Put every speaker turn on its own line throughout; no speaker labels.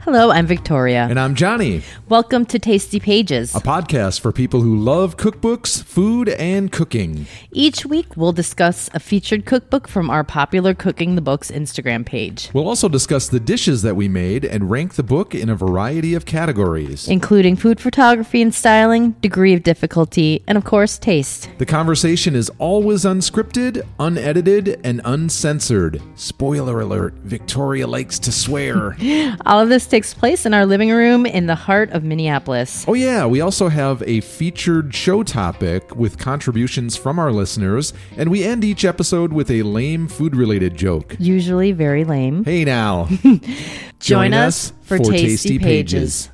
Hello, I'm Victoria.
And I'm Johnny,
Welcome to Tasty Pages.
a podcast for people who love cookbooks, food, and cooking.
Each week, we'll discuss a featured cookbook from our popular Cooking the Books Instagram page,
We'll also discuss the dishes that we made and rank the book in a variety of categories.
including food photography and styling, degree of difficulty, and of course, taste.
The conversation is always unscripted, unedited, and uncensored. Spoiler alert Victoria likes to swear.
All of this takes place in our living room in the heart of Minneapolis.
oh, yeah, we also have a featured show topic with contributions from our listeners, and we end each episode with a lame food related joke.
Usually very lame.
Hey now.
Join us for Tasty Pages.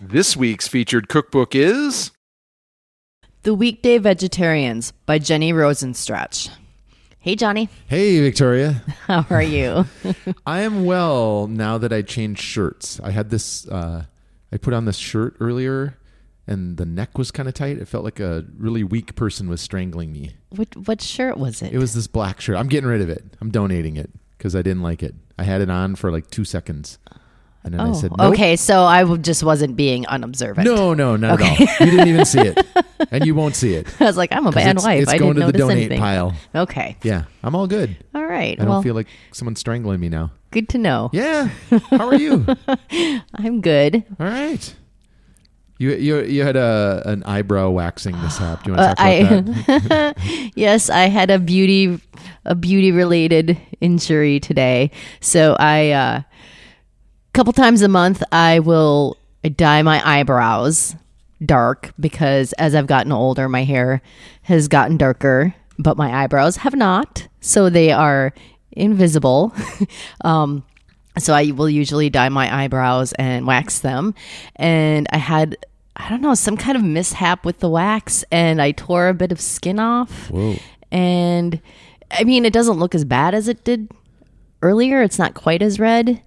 This week's featured cookbook is
The Weekday Vegetarians by Jenny Rosenstrach. Hey, Johnny.
Hey Victoria.
How are you?
I am well now that I changed shirts. I had this uh, I put on this shirt earlier and the neck was kind of tight. It felt like a really weak person was strangling me.
what, what shirt was
It was this black shirt. I'm getting rid of it. I'm donating it because I didn't like it. I had it on for like two seconds, and then I said, "Nope."
Oh, okay. So I w- just wasn't being unobservant.
No, no, not at all. You didn't even see it, and you won't see it. 'Cause
I was like, I'm a bad
it's,
wife.
It's
I
going
didn't
to the
notice
donate
anything.
pile.
Okay.
Yeah, I'm all good.
All right.
I don't
well,
feel like someone's strangling me now.
good to know.
Yeah. How are you? all
I'm good.
right. You you you had a an eyebrow waxing mishap. Do you want to
Uh,
talk about that?
I yes, I had a beauty a beauty related injury today. So I a uh, couple times a month I will dye my eyebrows dark because as I've gotten older, my hair has gotten darker, but my eyebrows have not. So they are invisible. um, so I will usually dye my eyebrows and wax them. And I had, I don't know, some kind of mishap with the wax and I tore a bit of skin off.
Whoa.
And I mean, it doesn't look as bad as it did earlier. It's not quite as red,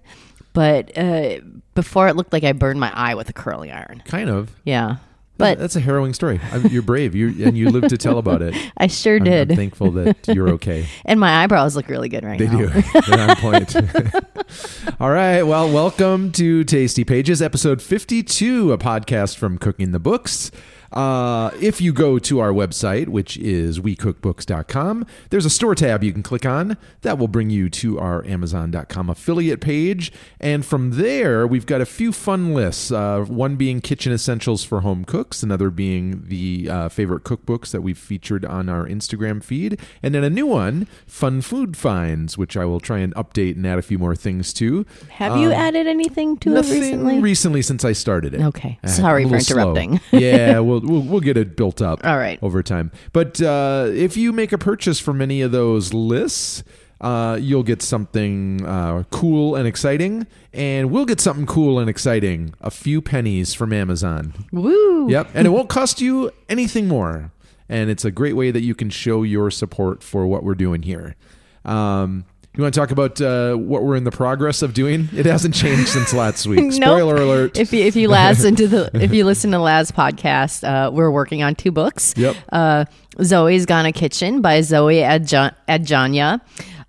but uh, before it looked like I burned my eye with a curling iron.
Kind of.
Yeah. But
that's a harrowing story. I, you're brave. You and you live to tell about it.
I sure
I'm-
did.
I'm thankful that you're okay.
and my eyebrows look really good right
They
now.
do. They're on point. All right. Well, welcome to Tasty Pages, episode 52, a podcast from Cooking the Books. Uh, if you go to our website, which is wecookbooks.com, there's a store tab you can click on. That will bring you to our Amazon.com affiliate page. And from there, we've got a few fun lists uh, one being kitchen essentials for home cooks, another being the uh, favorite cookbooks that we've featured on our Instagram feed, and then a new one, Fun Food Finds, which I will try and update and add a few more things to.
Have you added anything to it
Um, Nothing
recently?
since I started it.
Okay.
Uh,
Sorry
a
for
little slow.
interrupting.
yeah, we'll, we'll we'll get it built up.
All right.
Over time, but uh, if you make a purchase from any of those lists. Uh, you'll get something uh, cool and exciting, and we'll get something cool and exciting. A few pennies from Amazon.
Woo!
Yep. And it won't cost you anything more. And it's a great way that you can show your support for what we're doing here. Um, you want to talk about uh, what we're in the progress of doing? It hasn't changed since last week.
Nope.
Spoiler alert.
If you, if you listen to the if you listen to the last podcast, uh, we're working on two books.
Yep.
Uh, Zoe's Gone a Kitchen by Zoe Adja- Adjanya,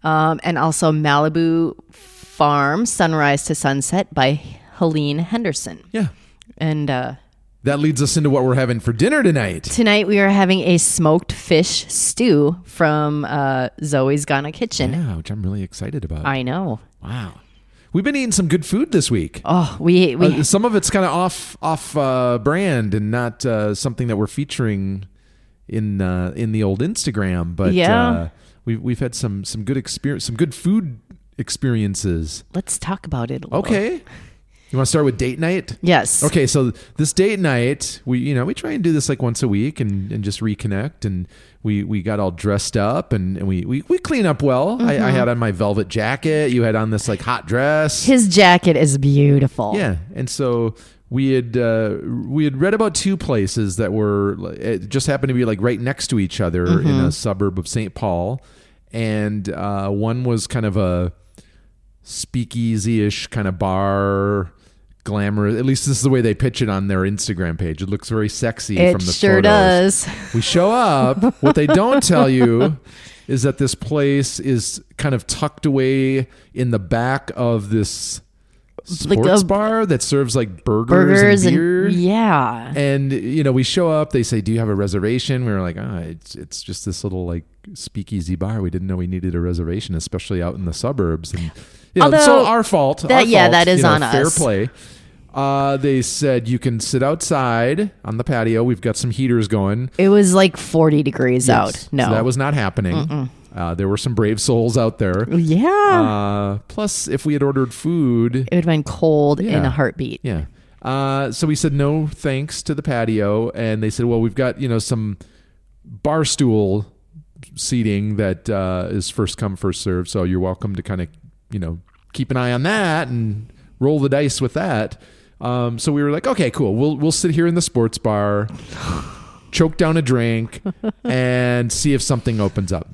um, and also Malibu Farm Sunrise to Sunset by Helene Henderson.
yeah.
And uh,
That leads us into what we're having for dinner tonight.
tonight we are having a smoked fish stew from uh, Zoe's Gone a Kitchen.
Yeah, which I'm really excited about.
I know.
wow. We've been eating some good food this week.
Oh, we we
Uh, some of it's kind of off off uh, brand and not uh, something that we're featuring in uh, in the old Instagram. But
Yeah.
uh, we've we've had some some good experience, some good food experiences.
let's talk about it. A little.
Okay, you want to start with date night?
Yes.
Okay, so this date night, we you know we try and do this like once a week and, and just reconnect, and we we got all dressed up and, and we, we we clean up well. I, I
Mm-hmm.
had on my velvet jacket. You had on this like hot dress.
His jacket is beautiful.
Yeah, and so we had uh, we had read about two places that were like, it just happened to be like right next to each other
Mm-hmm.
in a suburb of St. Paul, and uh, one was kind of a speakeasy ish kind of bar glamorous. At least this is the way they pitch it on their Instagram page. It looks very sexy
It
from the
sure
photos.
does.
We show up. what they don't tell you is that this place is kind of tucked away in the back of this
Like
sports
a-
bar that serves like burgers,
Burgers
and
and,
beer.
yeah.
And you know, we show up. They say, "Do you have a reservation?" We were like, "Ah, it's it's just this little like speakeasy bar. We didn't know we needed a reservation, especially out in the suburbs." And you know, so
Although-
our fault. our
That- yeah,
fault,
that is
you know,
on
Fair
us.
play. Uh, they said you can sit outside on the patio. We've got some heaters going.
It was like 40 degrees
So
out. No.
that was not happening. Uh, there were some brave souls out there.
yeah.
Uh, plus, if we had ordered food,
it would have been cold in
Yeah.
a heartbeat.
yeah. Uh, so we said no thanks to the patio, and they said, well, we've got you know some bar stool seating that uh, is first come first served, so you're welcome to kind of you know keep an eye on that and roll the dice with that. Um, so we were like, okay, cool. We'll we'll sit here in the sports bar, choke down a drink, and see if something opens up.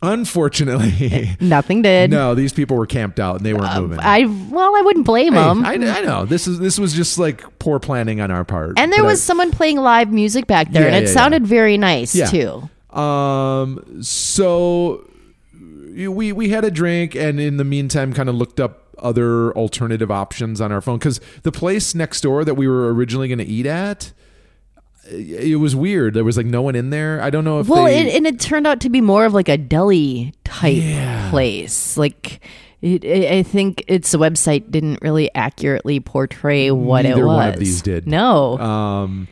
Unfortunately,
Nothing did.
no, these people were camped out and they weren't moving.
Uh, I well, I wouldn't blame
Hey,
them.
I, I know this is this was just like poor planning on our part.
and there
But I-
was someone playing live music back there,
Yeah,
and it
yeah, yeah.
sounded very nice
Yeah.
too.
um. So we we had a drink, and in the meantime, kind of looked up other alternative options on our phone because the place next door that we were originally going to eat at, it was weird. There was like no one in there. I don't know if
Well,
they,
it, and it turned out to be more of like a deli type
Yeah.
place. Like, it, I I think its website didn't really accurately portray what
Neither
it was.
one of these did.
No,
Um,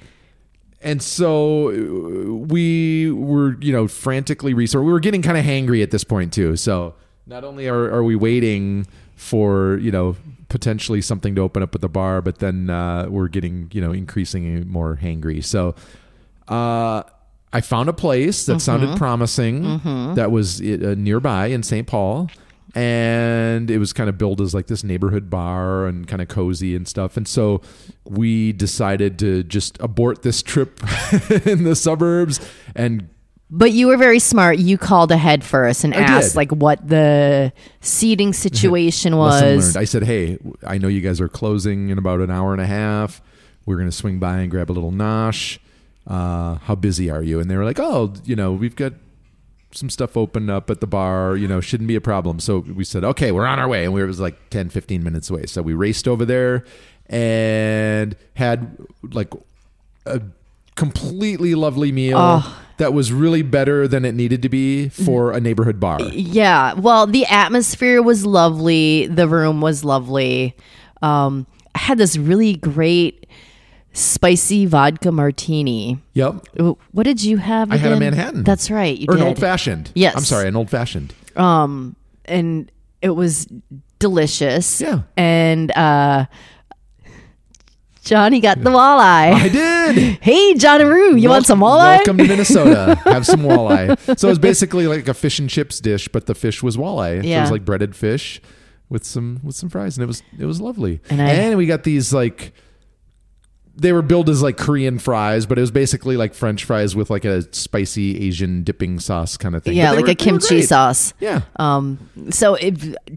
and so uh, we were, you know, frantically research. We were getting kind of hangry at this point too. So not only are, are we waiting for, you know, potentially something to open up at the bar, but then uh, we're getting, you know, increasingly more hangry. So uh, I found a place that sounded promising that was uh, nearby in St. Paul. And it was kind of billed as like this neighborhood bar and kind of cozy and stuff. And so we decided to just abort this trip in the suburbs and
but you were very smart. You called ahead for us and
I did.
asked like what the seating situation
lesson
was.
learned. I said, hey, I know you guys are closing in about an hour and a half. We're going to swing by and grab a little nosh. Uh, how busy are you? And they were like, oh, you know, we've got some stuff open up at the bar, you know, shouldn't be a problem. So we said, okay, we're on our way. And we were, it was like 10, 15 minutes away. So we raced over there and had like a completely lovely meal that was really better than it needed to be
Mm-hmm.
for a neighborhood bar.
Yeah. Well, the atmosphere was lovely. The room was lovely. Um, I had this really great spicy vodka martini.
Yep.
Ooh, What did you have?
I had a
again?
Manhattan.
That's right. You
or
did.
an old fashioned.
Yes.
I'm sorry, an old fashioned.
um, and it was delicious.
Yeah.
And uh, Johnny got the walleye.
I did.
hey, Johnny Roo, you want some walleye?
Welcome to Minnesota. Have some walleye. So it was basically like a fish and chips dish, but the fish was walleye. So it
Yeah.
was like breaded fish with some with some fries, and it was it was lovely.
And I-
and we got these like they were billed as like Korean fries, but it was basically like French fries with like a spicy Asian dipping sauce kind of thing.
Yeah,
But they
like
were-
a
they were
kimchi
great.
sauce.
Yeah.
Um, so it,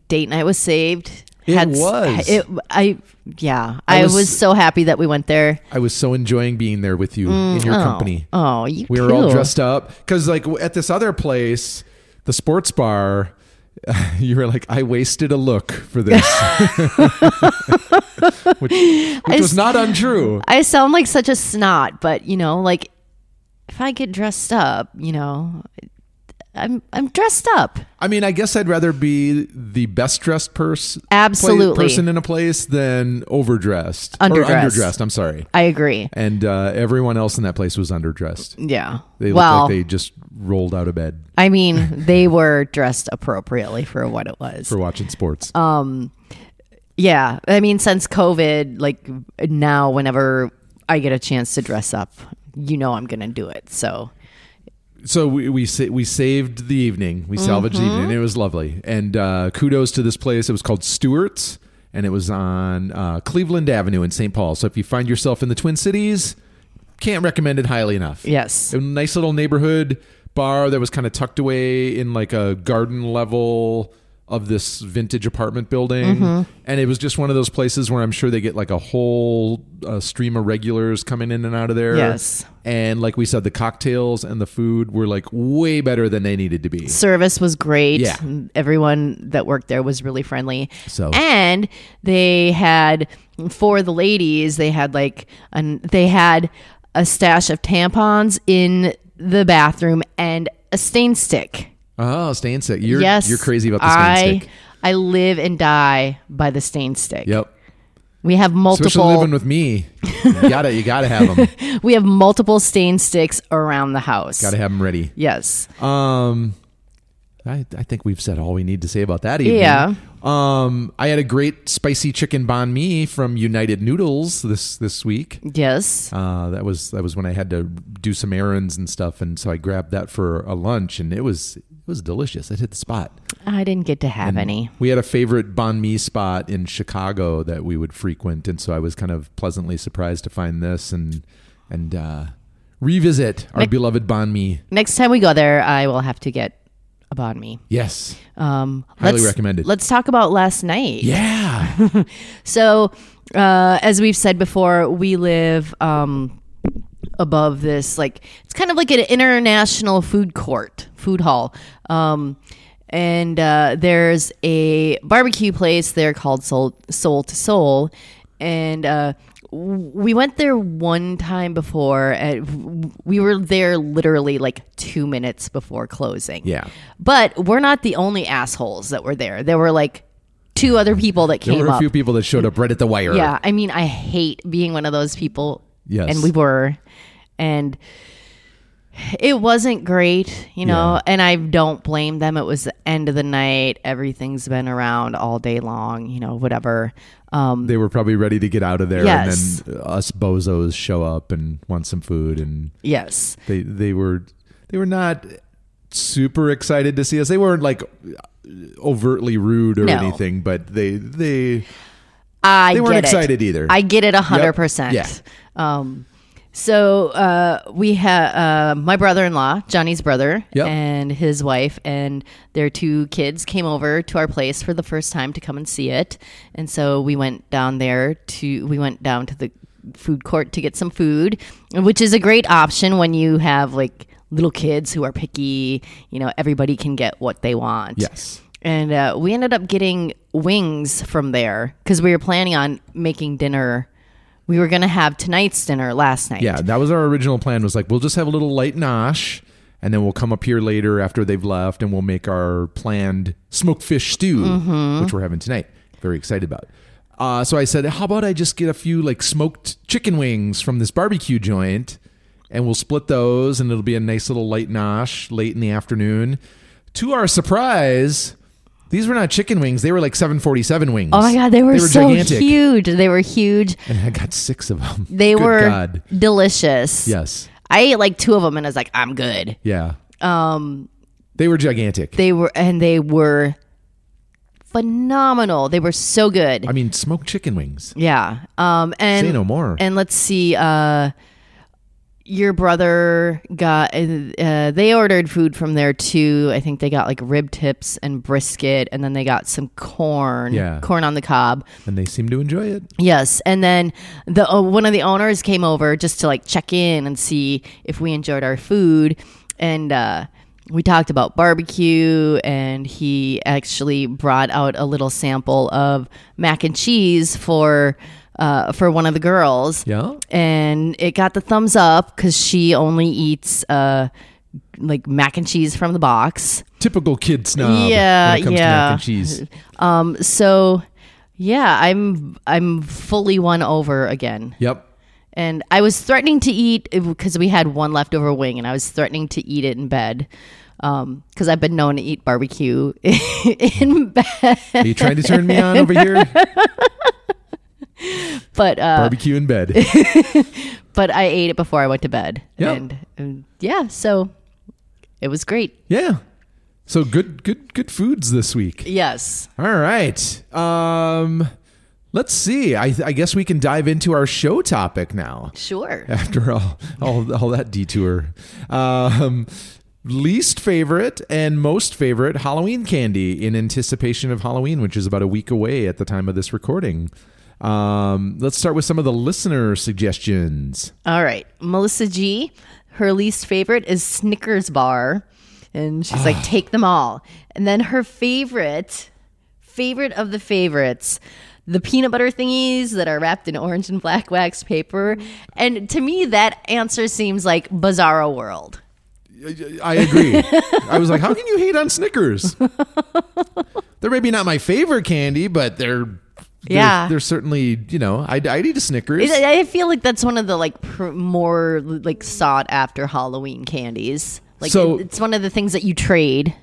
date night was saved.
It was.
It, I yeah.
I
I,
was-
was, so happy that we went there.
I was so enjoying being there with you in your
oh.
company.
Oh, you.
we were
too.
all dressed up because like w- at this other place the sports bar you were like i wasted a look for this which, which was
s-
not untrue
I sound like such a snot, but you know, like if I get dressed up, you know, I'm I'm dressed up.
i mean i guess i'd rather be the best dressed pers- play-
Absolutely.
person in a place than overdressed or
Underdressed.
underdressed i'm sorry
I agree.
and uh, everyone else in that place was underdressed
Yeah.
they
well,
looked like they just rolled out of bed
I mean, they were dressed appropriately for what it was.
for watching sports
Yeah. I mean, since COVID, like now, whenever I get a chance to dress up, you know I'm going to do it. So,
so we we, sa- we saved the evening. We salvaged the evening. It was lovely. And uh, kudos to this place. It was called Stewart's, and it was on uh, Cleveland Avenue in St. Paul. So if you find yourself in the Twin Cities, can't recommend it highly enough.
yes.
A nice little neighborhood bar that was kind of tucked away in like a garden level of this vintage apartment building
Mm-hmm.
and it was just one of those places where i'm sure they get like a whole uh, stream of regulars coming in and out of there
Yes.
and like we said the cocktails and the food were like way better than they needed to be
Service was great.
Yeah.
Everyone that worked there was really friendly.
So-
and they had for the ladies, they had like an they had a stash of tampons in the bathroom and a stain stick.
oh stain stick you're
yes,
you're crazy about the stain
I,
stick
I live and die by the stain stick.
yep
We have
especially living
multiple.
with me you gotta you gotta have them
We have multiple stain sticks around the house.
gotta have them ready
Yes.
Um, I, I think we've said all we need to say about that. Evening.
Yeah.
Um, I had a great spicy chicken banh mi from United Noodles this this week.
Yes.
Uh, that was that was when I had to do some errands and stuff, and so I grabbed that for a lunch, and it was it was delicious. It hit the spot.
I didn't get to have any.
We had a favorite banh mi spot in Chicago that we would frequent, and so I was kind of pleasantly surprised to find this and and uh, revisit our beloved banh mi.
Next time we go there, I will have to get a banh mi.
Yes.
Um,
Highly
let's-
recommended.
Let's talk about last night.
Yeah.
So, uh, as we've said before, we live um, above this, like, it's kind of like an international food court, food hall. Um, and uh, there's a barbecue place there called Soul, Soul to Soul. And uh, w- we went there one time before. And w- we were there literally like two minutes before closing.
Yeah.
But we're not the only assholes that were there. There were like two other people that came
There were a
up.
few people that showed up right at the wire.
Yeah, I mean, I hate being one of those people.
Yes.
and we were, and it wasn't great, you know.
Yeah.
And I don't blame them. It was the end of the night. Everything's been around all day long, you know. Whatever. Um,
They were probably ready to get out of there,
Yes.
and then us bozos show up and want some food, and
yes,
they they were they were not super excited to see us. They weren't like overtly rude or
No.
anything, but they they
I
they weren't
get it.
excited either.
I get it a hundred percent.
Yeah.
Um, so uh, we had uh, my brother-in-law, Johnny's brother,
Yep.
and his wife and their two kids came over to our place for the first time to come and see it. And so we went down there to we went down to the food court to get some food, which is a great option when you have like little kids who are picky. You know, everybody can get what they want
yes
and uh, we ended up getting wings from there because we were planning on making dinner. We were gonna have tonight's dinner last night.
yeah that was our original plan was like we'll just have a little light nosh. And then we'll come up here later after they've left, and we'll make our planned smoked fish stew,
Mm-hmm.
which we're having tonight. Very excited about. Uh, so I said, "How about I just get a few like smoked chicken wings from this barbecue joint, and we'll split those, and it'll be a nice little light nosh late in the afternoon." To our surprise, these were not chicken wings; they were like 747 wings.
Oh my god, they were, so huge. They were huge.
and I got six of them.
They
Good
were
God.
delicious.
yes,
I ate like two of them and I was like, I'm good.
yeah. Um, they were gigantic.
They were and they were phenomenal. They were so good.
I mean, smoked chicken wings.
yeah. Um. And
Say no more.
And let's see. Uh, your brother got. Uh, they ordered food from there too. I think they got like rib tips and brisket, and then they got some corn.
Yeah.
corn on the cob.
and they seem to enjoy it.
Yes, and then the uh, one of the owners came over just to like check in and see if we enjoyed our food, and uh, we talked about barbecue, and he actually brought out a little sample of mac and cheese for uh, for one of the girls
Yeah.
and it got the thumbs up because she only eats uh like mac and cheese from the box
Typical kid snob.
Yeah,
when it comes To
yeah.
mac and cheese.
um so yeah i'm i'm fully won over again
Yep.
and i was threatening to eat because we had one leftover wing and i was threatening to eat it in bed um because i've been known to eat barbecue in bed
Are you trying to turn me on over here?
but uh
Barbecue in bed.
but i ate it before i went to bed
Yeah.
and, and yeah so it was great
Yeah. So good, good, good foods this week.
yes
All right. Um, let's see. I, I guess we can dive into our show topic now.
sure
After all, all, all that detour. Um, least favorite and most favorite Halloween candy in anticipation of Halloween, which is about a week away at the time of this recording. Um, let's start with some of the listener suggestions.
All right. Melissa G, her least favorite is Snickers bar. And she's
Ah.
like, take them all. And then her favorite, favorite of the favorites, the peanut butter thingies that are wrapped in orange and black wax paper. And to me, that answer seems like bizarro world.
I agree. I was like, how can you hate on Snickers? they're maybe not my favorite candy, but they're. they're-
Yeah.
they're certainly you know I'd, I'd eat a Snickers.
It- I feel like that's one of the like pr- more like sought after Halloween candies. Like
So-
it- it's one of the things that you trade.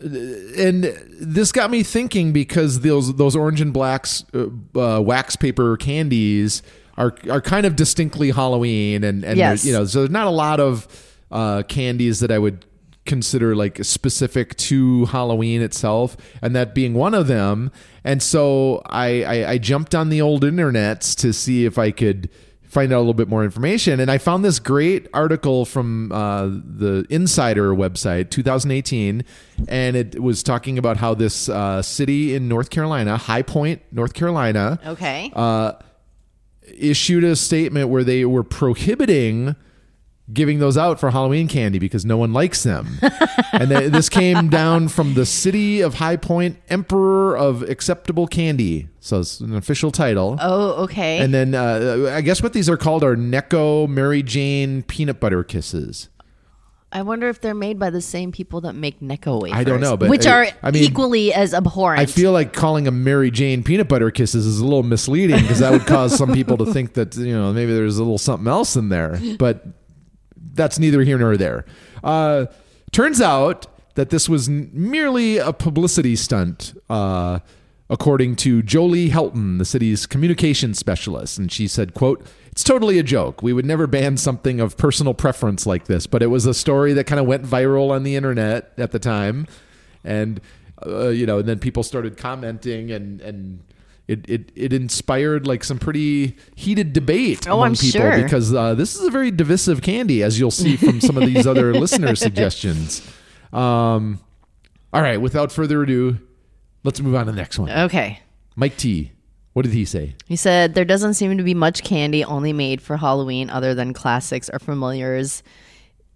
and this got me thinking because those those orange and blacks uh, uh, wax paper candies are are kind of distinctly Halloween and and
Yes.
you know so there's not a lot of uh, candies that I would consider like specific to Halloween itself and that being one of them and so I I, I jumped on the old internets to see if I could find out a little bit more information. And I found this great article from uh, the Insider website, 2018, and it was talking about how this uh, city in North Carolina, High Point, North Carolina,
Okay.
Uh, issued a statement where they were prohibiting giving those out for Halloween candy because no one likes them. and th- this came down from the city of High Point, Emperor of Acceptable Candy. So it's an official title.
oh, okay.
And then uh, I guess what these are called are Necco Mary Jane peanut butter kisses.
I wonder if they're made by the same people that make Necco wafers.
I don't know, but
which
I-
are
I mean,
equally as abhorrent.
I feel like calling them Mary Jane peanut butter kisses is a little misleading because that would cause some people to think that you know maybe there's a little something else in there. But that's neither here nor there. Uh, turns out that this was n- merely a publicity stunt, uh, according to Jolie Helton, the city's communication specialist, and she said, "quote It's totally a joke. We would never ban something of personal preference like this, but it was a story that kind of went viral on the internet at the time, and uh, you know, and then people started commenting and and." It, it, it inspired like some pretty heated debate
Oh,
among
I'm
people
sure.
because because uh, this is a very divisive candy, as you'll see from some of these other listener suggestions. Um, all right, without further ado, let's move on to the next one.
okay.
Mike T. What did he say?
He said there doesn't seem to be much candy only made for Halloween other than classics or familiars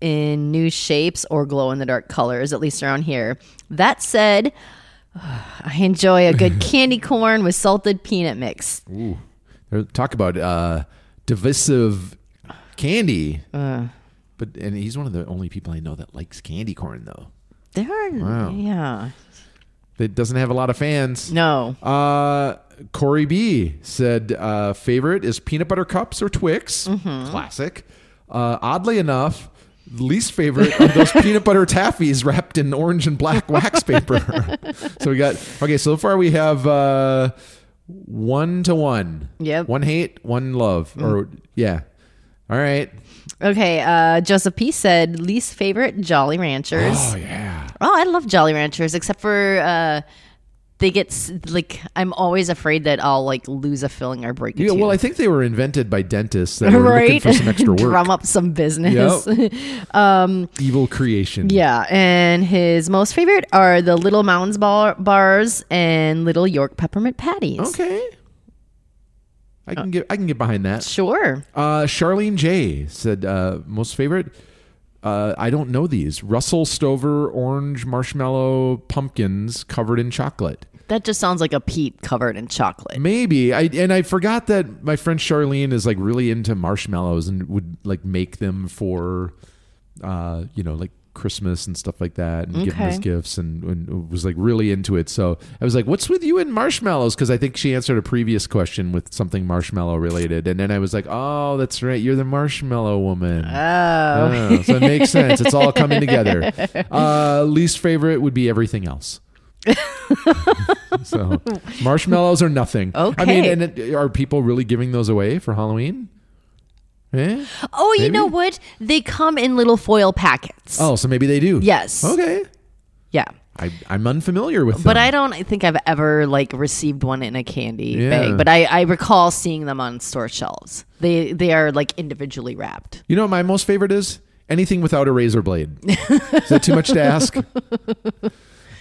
in new shapes or glow in the dark colors, at least around here. That said, I enjoy a good candy corn with salted peanut mix.
There- Talk about uh, divisive candy.
Uh.
but and he's one of the only people I know that likes candy corn, though.
There are,
Wow.
yeah.
That doesn't have a lot of fans.
No.
Uh, Corey B said uh, favorite is peanut butter cups or Twix, classic. Uh, oddly enough, least favorite of those peanut butter taffies wrapped in orange and black wax paper. so we got okay. So far we have uh, one to one.
Yep.
One hate, one love, or yeah. All right.
Okay, uh, Joseph P. said least favorite Jolly Ranchers.
Oh yeah.
Oh, I love Jolly Ranchers, except for uh, they get s- like I'm always afraid that I'll like lose a filling or break a
Yeah.
tooth.
Well, I think they were invented by dentists that were looking
right,
for some extra work.
drum up some business.
Evil creation.
yeah, and his most favorite are the Little Mounds bar- bars and Little York peppermint patties.
Okay. I can get I can get behind that.
Sure.
Uh, Charlene J said, uh, most favorite. Uh, I don't know these. Russell Stover orange marshmallow pumpkins covered in chocolate.
That just sounds like a peat covered in chocolate.
Mm, Maybe I and I forgot that my friend Charlene is like really into marshmallows and would like make them for, uh, you know, like Christmas and stuff like that, and give them as
Okay.
gifts, and, and was like really into it. So I was like, "What's with you and marshmallows?" Because I think she answered a previous question with something marshmallow related, and then I was like, "Oh, that's right, you're the marshmallow woman."
Oh,
Oh, so it makes sense. It's all coming together. Uh, least favorite would be everything else. so marshmallows are nothing. I mean,
Okay.
and it, are people really giving those away for Halloween? Eh?
oh, you
Maybe.
know what? They come in little foil packets.
Oh, so maybe they do.
Yes.
Okay.
Yeah.
I, I'm unfamiliar with them.
But I don't think I've ever like received one in a candy
Yeah.
bag. But I, I recall seeing them on store shelves. They they are like individually wrapped.
You know what my most favorite is? anything without a razor blade. Is that too much to ask?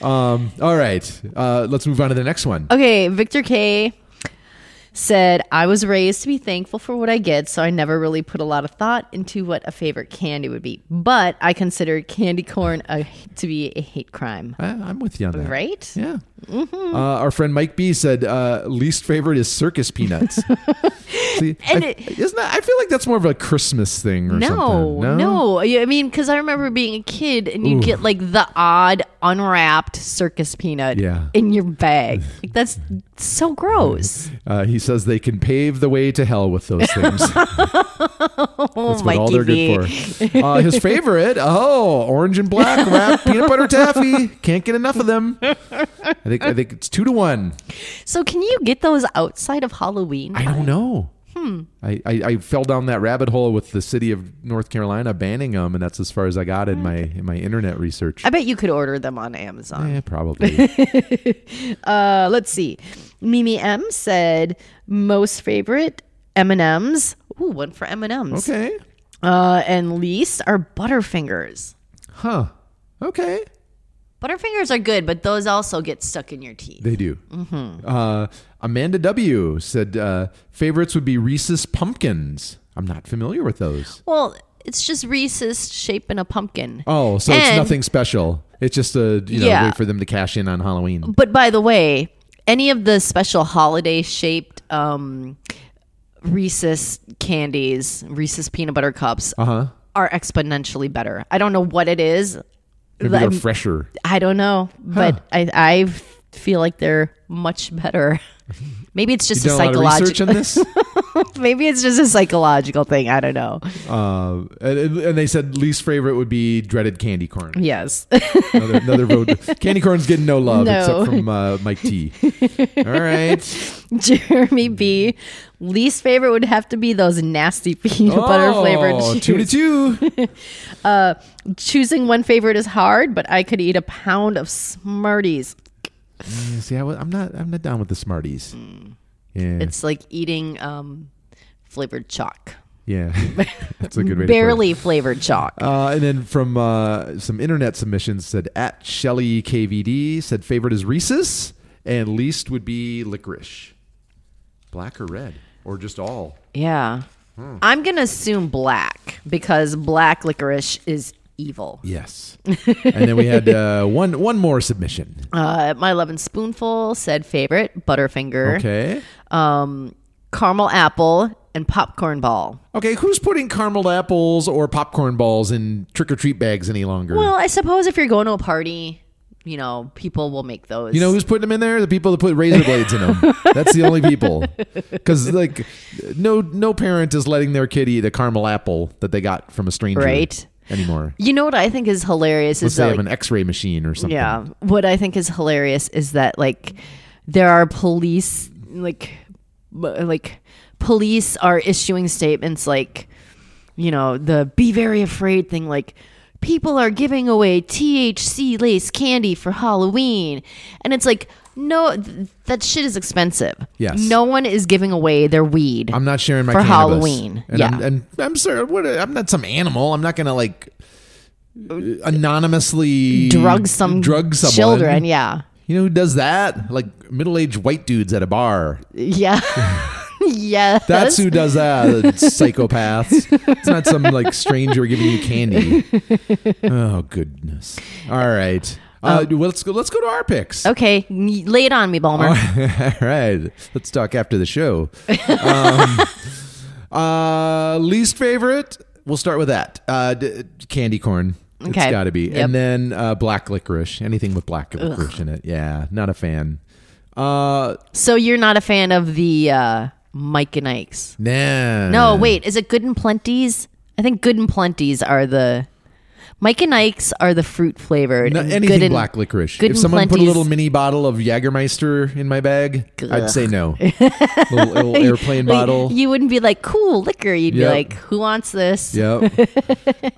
Um, all right, uh, let's move on to the next one.
Okay, Victor K said, I was raised to be thankful for what I get, so I never really put a lot of thought into what a favorite candy would be. But I considered candy corn a, to be a hate crime.
I, I'm with you on that.
Right?
Yeah.
Mm-hmm.
Uh, our friend Mike B said uh, least favorite is circus peanuts. See,
And
I,
it-
isn't that, I feel like that's more of a Christmas thing or
No,
something.
no, Yeah, I mean, because I remember being a kid and you'd get like the odd unwrapped circus peanut
Yeah.
in your bag. Like, that's so gross.
Uh, he says they can pave the way to hell with those things. That's
oh,
what
Mikey
all they're
B.
good for. Uh, his favorite, oh, orange and black wrap peanut butter taffy. Can't get enough of them. I think I think it's two to one.
So, can you get those outside of Halloween?
I don't know. Hmm. I, I, I fell down that rabbit hole with the city of North Carolina banning them, and that's as far as I got in my in my internet research.
I bet you could order them on Amazon.
Eh, probably.
Uh, let's see. Mimi M said most favorite M and M's. Ooh, one for M and M's.
okay.
Uh, and least are Butterfingers.
Huh. Okay.
Butterfingers are good, but those also get stuck in your teeth.
They do.
Mm-hmm.
Uh, Amanda W said uh, favorites would be Reese's pumpkins. I'm not familiar with those.
Well, it's just Reese's shape in a pumpkin.
Oh, so it's
And-
nothing special. It's just a you know
Yeah.
way for them to cash in on Halloween.
But by the way, any of the special holiday shaped um, Reese's candies, Reese's peanut butter cups,
Uh huh.
are exponentially better. I don't know what it is.
Maybe they're fresher.
I don't know, but I, I feel like they're much better. Maybe it's just a
Done a lot of research
psychological.
on this.
Maybe it's just a psychological thing. I don't know.
Uh, and, and they said least favorite would be dreaded candy corn.
Yes.
Another, another vote. Candy corn's getting no love
No.
except from uh, Mike T. All right.
Jeremy B. Least favorite would have to be those nasty peanut butter flavored
Oh,
shoes.
two to two.
Choosing one favorite is hard, but I could eat a pound of Smarties.
Yeah, See, I, am not. I'm not down with the Smarties. Yeah,
Mm. It's like eating um, flavored chalk,
yeah. That's a good way. to put it.
barely flavored chalk.
Uh, and then from uh, some internet submissions said at Shelly KVD said favorite is Reese's and least would be licorice, black or red or just all.
Yeah.
Hmm.
I'm going to assume black because black licorice is evil.
Yes. and then we had uh, one one more submission.
Uh, my Love and Spoonful said favorite, Butterfinger,
Okay.
um, caramel apple, and popcorn ball.
Okay. Who's putting caramel apples or popcorn balls in trick or treat bags any longer?
Well, I suppose if you're going to a party, you know, people will make those.
You know who's putting them in there? The people that put razor blades in them. That's the only people. Because like, no no parent is letting their kid eat a caramel apple that they got from a stranger
Right.
anymore.
You know what I think is hilarious
Unless
is
they
that,
have
like,
an X-ray machine or something.
yeah, what I think is hilarious is that like there are police like b- like police are issuing statements like you know the be very afraid thing like people are giving away THC lace candy for Halloween and it's like no th- that shit is expensive.
Yes.
No one is giving away their weed.
I'm not sharing my
For
cannabis.
Halloween.
And
Yeah.
I'm, and I'm sorry. What, I'm not some animal. I'm not gonna like anonymously
drug some
drug someone.
children, yeah.
You know who does that? Like middle-aged white dudes at a bar.
Yeah. yes.
That's who does that. the Psychopaths. It's not some like stranger giving you candy. Oh goodness. All right. Uh, well, let's go. Let's go to our picks.
Um, Okay, n- lay it on me, Balmer.
Oh. All right. Let's talk after the show. Um, uh, least favorite. We'll start with that. Uh, d- candy corn.
Okay.
It's got to be.
Yep.
And then uh, black licorice. Anything with black licorice in it. Yeah. Not a fan. Uh,
So you're not a fan of the uh, Mike and Ike's?
nah.
No, wait. Is it Good and Plenty's? I think Good and Plenty's are the Mike and Ike's are the fruit flavored.
No,
and
anything
good and-
black licorice.
Good
if
and
someone put a
Plenty's-
little mini bottle of Jagermeister in my bag,
Ugh.
I'd say no. little, little airplane
like,
bottle.
You wouldn't be like cool liquor. You'd
Yep.
be like, who wants this?
Yep.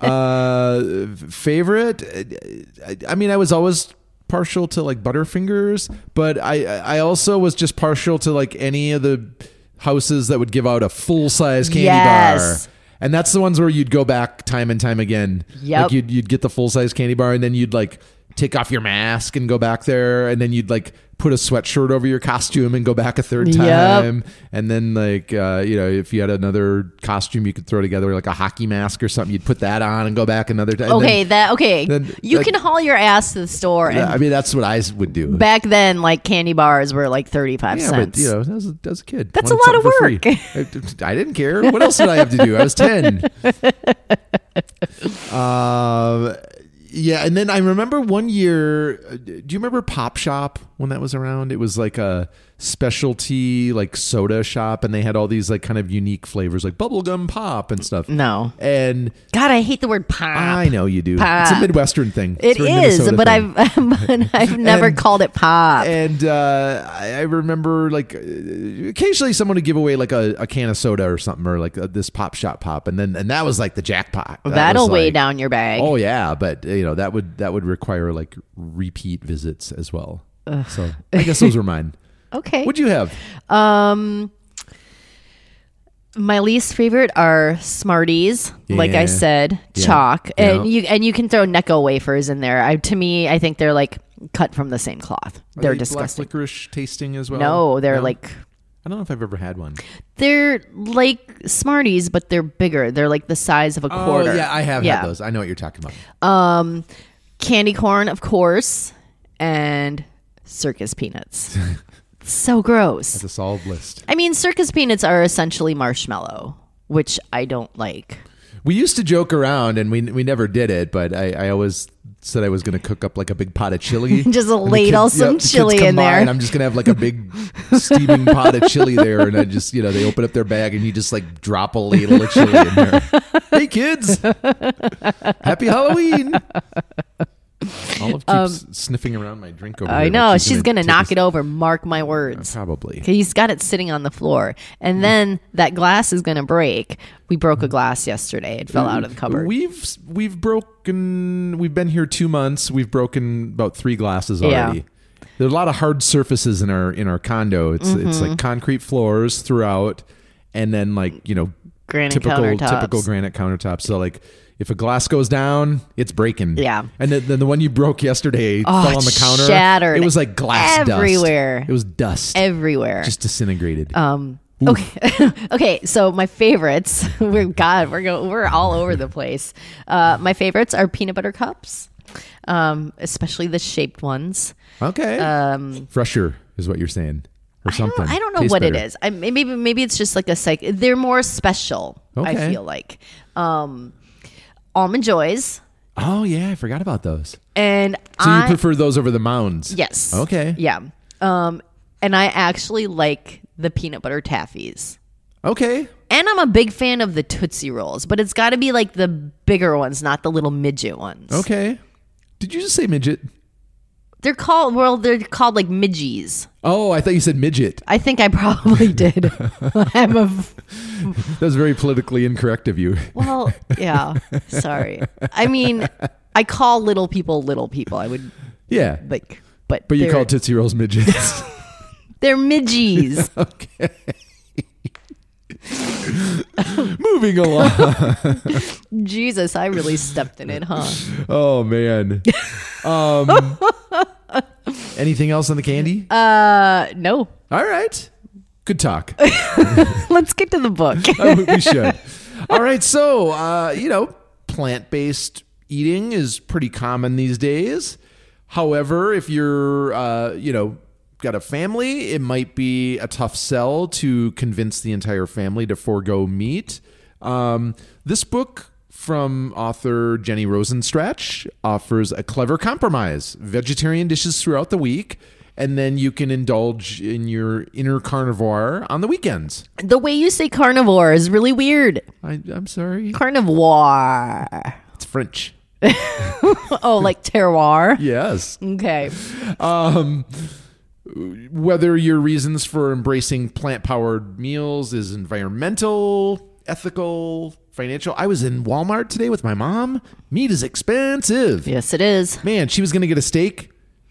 uh, favorite? I, I mean, I was always partial to like Butterfingers, but I I also was just partial to like any of the houses that would give out a full size candy
Yes.
bar. And that's the ones where you'd go back time and time again.
Yep.
Like you'd you'd get the full size candy bar and then you'd like take off your mask and go back there and then you'd like put a sweatshirt over your costume and go back a third
Yep.
time and then like uh, you know if you had another costume you could throw together like a hockey mask or something you'd put that on and go back another time And
okay,
then-
that okay.
then-
you
that-
can haul your ass to the store. And
yeah, i mean that's what i would do
back then, like candy bars were like thirty five
yeah,
cents.
but you know, as a, as a kid,
That's a
wanted
lot of
something for free. I, I didn't care. What else did I have to do? I was ten. Uh, yeah, and then I remember one year. uh, Do you remember Pop Shop when that was around? It was like a specialty like soda shop, and they had all these like kind of unique flavors, like bubblegum pop and stuff.
no,
And
God, I hate the word pop.
I know you do. It's a
Pop.
Midwestern thing.
It
It's a
is,
Minnesota
but
thing.
I've but I've never
And-
called it pop.
and uh, I I remember like uh, occasionally someone would give away like a, a can of soda or something or like uh this pop shot pop, and then and that was like the jackpot. That
That'll
was,
weigh
like-
down your bag.
Oh yeah, but uh, you know that would that would require like repeat visits as well. So I guess those were mine.
okay.
What'd you have?
Um, my least favorite are Smarties, like
Yeah.
I said,
Yeah.
chalk, and
Yeah.
you and you can throw Necco wafers in there. I, to me, I think they're like cut from the same cloth. They're
Are they
disgusting.
Black licorice tasting as well.
No, they're like
I don't know if I've ever had one.
they're like Smarties, but they're bigger. They're like the size of a quarter.
Oh yeah, I have
Yeah.
had those. I know what you're talking about.
Um, candy corn, of course, and circus peanuts. so gross.
It's a solid list.
I mean, circus peanuts are essentially marshmallow, which I don't like.
We used to joke around, and we we never did it, but I, I always said I was going to cook up like a big pot of chili,
Just
And the
ladle some
the kids
chili
come
in
by,
there.
and I'm just going to have like a big steaming pot of chili there, and I just you know they open up their bag, and you just like drop a ladle of chili in there. hey kids, happy Halloween! Olive keeps sniffing around my drink over
Um, I
here, but
know she's gonna,
take
knock
a-
it over. Mark my words.
Probably. Mm-hmm.
He's got it sitting on the floor, and then that glass is gonna break. We broke a glass yesterday. It fell out of the cupboard.
We've we've broken. We've been here two months. We've broken about three glasses already. There's a lot of hard surfaces in our in our condo. It's it's
Mm-hmm.
like concrete floors throughout, and then like you know
Granite
typical
countertops.
typical granite countertops. So like. If a glass goes down, it's breaking.
Yeah. Oh,
and then, then the one you broke yesterday fell on the
it
counter.
shattered
It was like glass dust.
everywhere.
It was dust.
Everywhere.
just disintegrated.
Um, okay, okay. So my favorites. We're God. We're go, we're all over the place. Uh, my favorites are peanut butter cups, um, especially the shaped ones.
okay. Um, Fresher is what you're saying, or
Uh, I
something.
don't, I don't know
Tastes
what
better.
it is. I, may- maybe maybe it's just like a psych. They're more special.
Okay.
I feel like um, almond joys,
Oh yeah, I forgot about those.
and
So
I
you prefer those over the mounds?
yes,
Okay.
yeah. Um, and I actually like the peanut butter taffies.
Okay.
And I'm a big fan of the Tootsie Rolls, but it's got to be like the bigger ones, not the little midget ones.
Okay. Did you just say midget?
They're called well, they're called like midgies.
Oh, I thought you said midget.
I think I probably did. I'm a
That was very politically incorrect of you.
well, yeah. Sorry. I mean, I call little people little people. I would
Yeah. But,
like, but
you
they're-
call Tootsie Rolls midgets.
they're midgies.
okay. Moving along.
Jesus, I really stepped in it, huh?
Oh man. Um, anything else on the candy?
Uh, no.
All right. Good talk.
Let's get to the book.
I think Oh, we should. All right, so uh, you know, plant-based eating is pretty common these days. However, if you're uh, you know got a family, it might be a tough sell to convince the entire family to forego meat. Um, this book from author Jenny Rosenstrach offers a clever compromise: vegetarian dishes throughout the week. And then you can indulge in your inner carnivore on the weekends.
the way you say carnivore is really weird.
I, I'm sorry.
Carnivore.
It's French.
Oh, like terroir.
Yes.
Okay.
Um, whether your reasons for embracing plant powered meals is environmental, ethical, financial. I was in Walmart today with my mom. Meat is expensive.
Yes, it is.
Man, she was going to get a steak,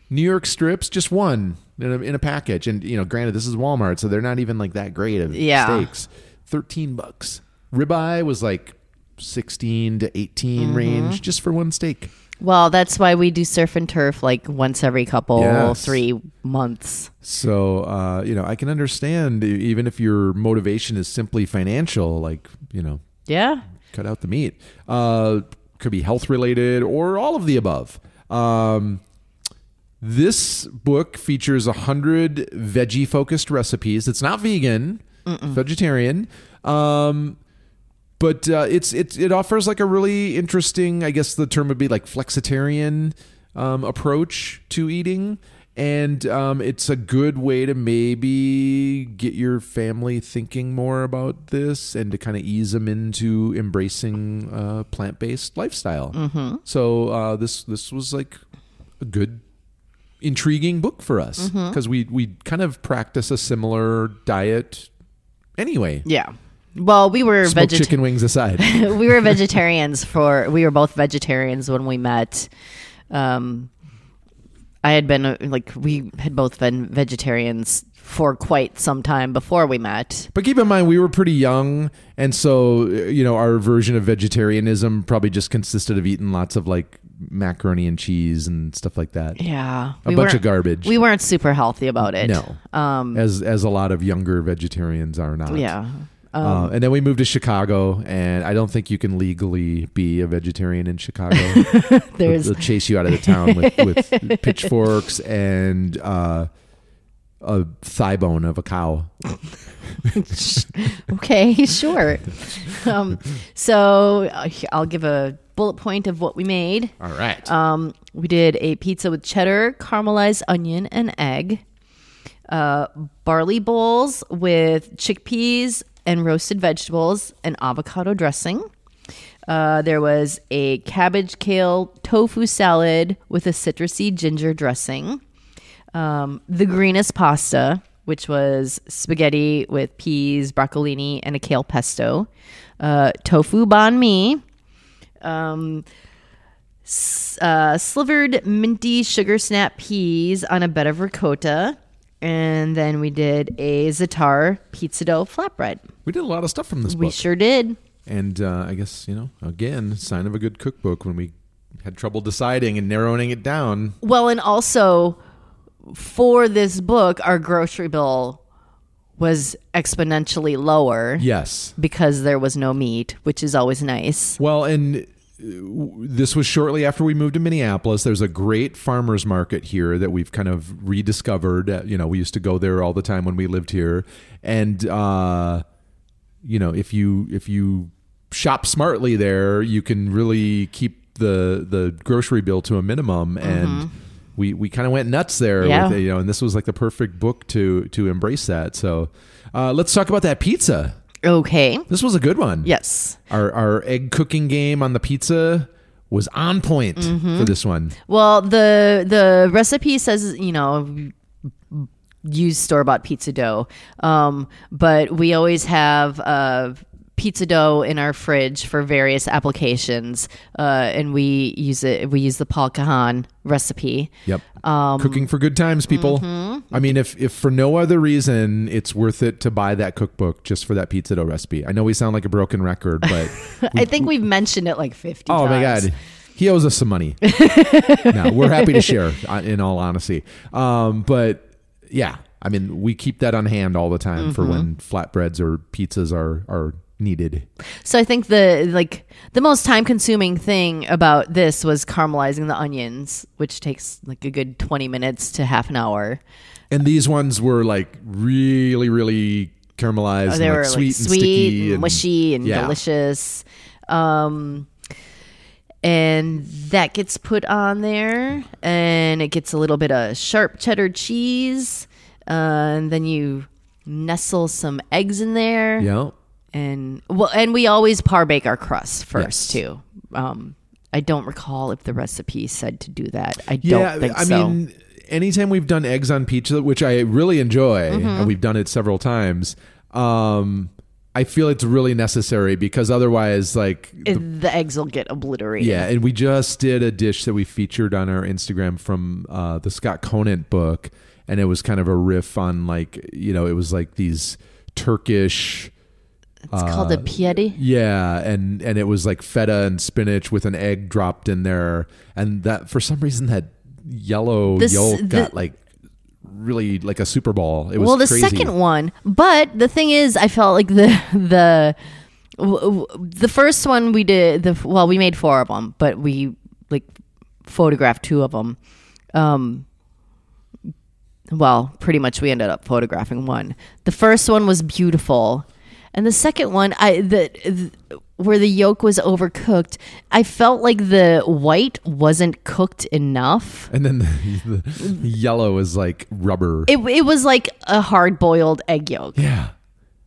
New York strips, just one in a, in a package. And, you know, granted, this is Walmart, so they're not even like that great of
Yeah.
steaks. 13 bucks. Ribeye was like 16 to 18 range just for one steak.
Well, that's why we do surf and turf like once every couple
Yes.
three months.
So, uh, you know, I can understand e- even if your motivation is simply financial, like, you know,
Yeah.
cut out the meat. Uh, could be health related or all of the above. Um, this book features 100 veggie focused recipes. It's not vegan, it's vegetarian. Um, but uh, it's it, it offers like a really interesting, I guess the term would be like flexitarian um, approach to eating. And um, it's a good way to maybe get your family thinking more about this and to kind of ease them into embracing uh, plant based lifestyle. So uh, this this was like a good intriguing book for us because we we kind of practice a similar diet anyway.
Yeah. Well, we were
Smoked
vegetarian.
chicken wings aside.
we were vegetarians for we were both vegetarians when we met um i had been uh, like we had both been vegetarians for quite some time before we met
But keep in mind, we were pretty young, and so uh, you know our version of vegetarianism probably just consisted of eating lots of like macaroni and cheese and stuff like that,
yeah
a
we
bunch
weren't-
of garbage,
we weren't super healthy about it
No.
um
as as a lot of younger vegetarians are not.
yeah um,
Uh, and then we moved to Chicago, and I don't think you can legally be a vegetarian in Chicago. they'll,
there's
they'll chase you out of the town with, with pitchforks and uh, a thigh bone of a cow.
okay sure um so uh, i'll give a bullet point of what we made
All right.
Um, we did a pizza with cheddar, caramelized onion, and egg. Uh, barley bowls with chickpeas and roasted vegetables and avocado dressing. Uh, there was a cabbage kale tofu salad with a citrusy ginger dressing. Um, the greenest pasta, which was spaghetti with peas, broccolini, and a kale pesto. Uh, tofu banh mi uh, slivered minty sugar snap peas on a bed of ricotta. And then we did a Zatar pizza dough flatbread.
we did a lot of stuff from this
We
book.
sure did.
And uh, I guess, you know, again, sign of a good cookbook when we had trouble deciding and narrowing it down.
Well, and also for this book, our grocery bill was exponentially lower
Yes.
because there was no meat, which is always nice.
Well, and uh, w- this was shortly after we moved to Minneapolis. There's a great farmers market here that we've kind of rediscovered. Uh, You know, we used to go there all the time when we lived here. And uh you know, if you if you shop smartly there, you can really keep the the grocery bill to a minimum and We, we kind of went nuts there,
Yeah.
with, it, you know, and this was like the perfect book to to embrace that. So, uh, let's talk about that pizza.
Okay.
This was a good one.
Yes.
Our our egg cooking game on the pizza was on point for this one.
Well, the the recipe says you know use store bought pizza dough, um, but we always have uh, pizza dough in our fridge for various applications, uh, and we use it. We use the Paul Kahan recipe.
Yep. cooking for good times, people. I mean, if if for no other reason, it's worth it to buy that cookbook just for that pizza dough recipe. I know we sound like a broken record, but
I think we've mentioned it like fifty.
oh my
times.
god. He owes us some money. no, we're happy to share, uh, in all honesty. Um, but yeah, I mean, we keep that on hand all the time for when flatbreads or pizzas are are needed.
So I think the like the most time consuming thing about this was caramelizing the onions, which takes like a good twenty minutes to half an hour.
And these ones were like really, really caramelized,
Oh, they
and
were
like sweet
like
and sticky,
sweet, and mushy, and
yeah.
delicious. Um, and that gets put on there, and it gets a little bit of sharp cheddar cheese, uh, and then you nestle some eggs in there,
Yeah,
and well, and we always par bake our crust first
Yes.
too. Um, I don't recall if the recipe said to do that. I
yeah.
don't think
I
so.
mean, anytime we've done eggs on pizza, which I really enjoy,
Mm-hmm.
and we've done it several times. Um, I feel it's really necessary because otherwise, like,
the, eggs will get obliterated.
yeah. And we just did a dish that we featured on our Instagram from uh, the Scott Conant book, and it was kind of a riff on like, you know, it was like these Turkish
It's called
uh,
a piedi.
Yeah, and and it was like feta and spinach with an egg dropped in there, and that for some reason that yellow
The s-
yolk
the-
got like really like a super ball. It was
well the
crazy.
second one but the thing is i felt like the the w- w- the first one we did the well we made four of them but we like photographed two of them um well pretty much we ended up photographing one the first one was beautiful and the second one i the, th where the yolk was overcooked i felt like the white wasn't cooked enough
and then the, the yellow is like rubber.
it, it was like a hard boiled egg yolk
yeah,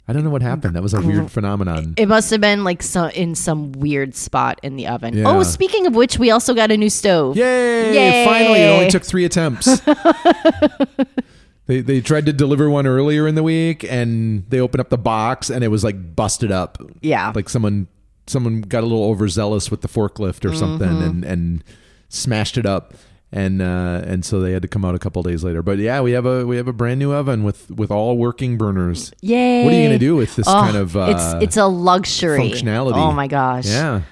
I don't know what happened. That was a weird phenomenon.
It must have been like some in some weird spot in the oven.
Yeah.
Oh, speaking of which, we also got a new stove.
Yay!
Yay.
Finally, it only took three attempts. they they tried to deliver one earlier in the week, and they opened up the box, and it was like busted up.
Yeah.
like someone someone got a little overzealous with the forklift or something,
Mm-hmm.
and and smashed it up. And uh, and so they had to come out a couple days later. But yeah, we have a we have a brand new oven with with all working burners.
Yay!
What are you gonna do with this
Oh,
kind of uh,
it's it's a luxury
functionality?
Oh my gosh.
Yeah.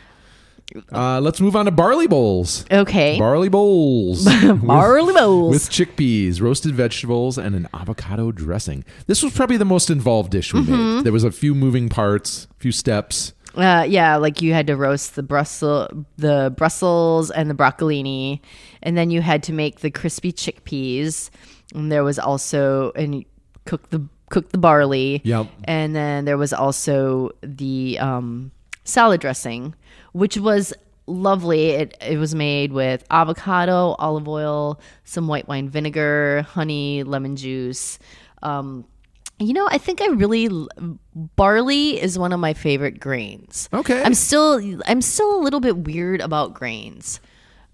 Uh, let's move on to barley bowls.
Okay.
Barley bowls.
Barley bowls.
with chickpeas, roasted vegetables, and an avocado dressing. This was probably the most involved dish we
Mm-hmm.
made. There was a few moving parts, a few steps.
uh, yeah, like you had to roast the Brussels, the Brussels and the broccolini, and then you had to make the crispy chickpeas. And there was also and you cook the cook the barley.
Yep.
And then there was also the um, salad dressing, which was lovely. It it was made with avocado, olive oil, some white wine vinegar, honey, lemon juice. Um, you know, I think I really l- barley is one of my favorite grains.
Okay.
I'm still I'm still a little bit weird about grains,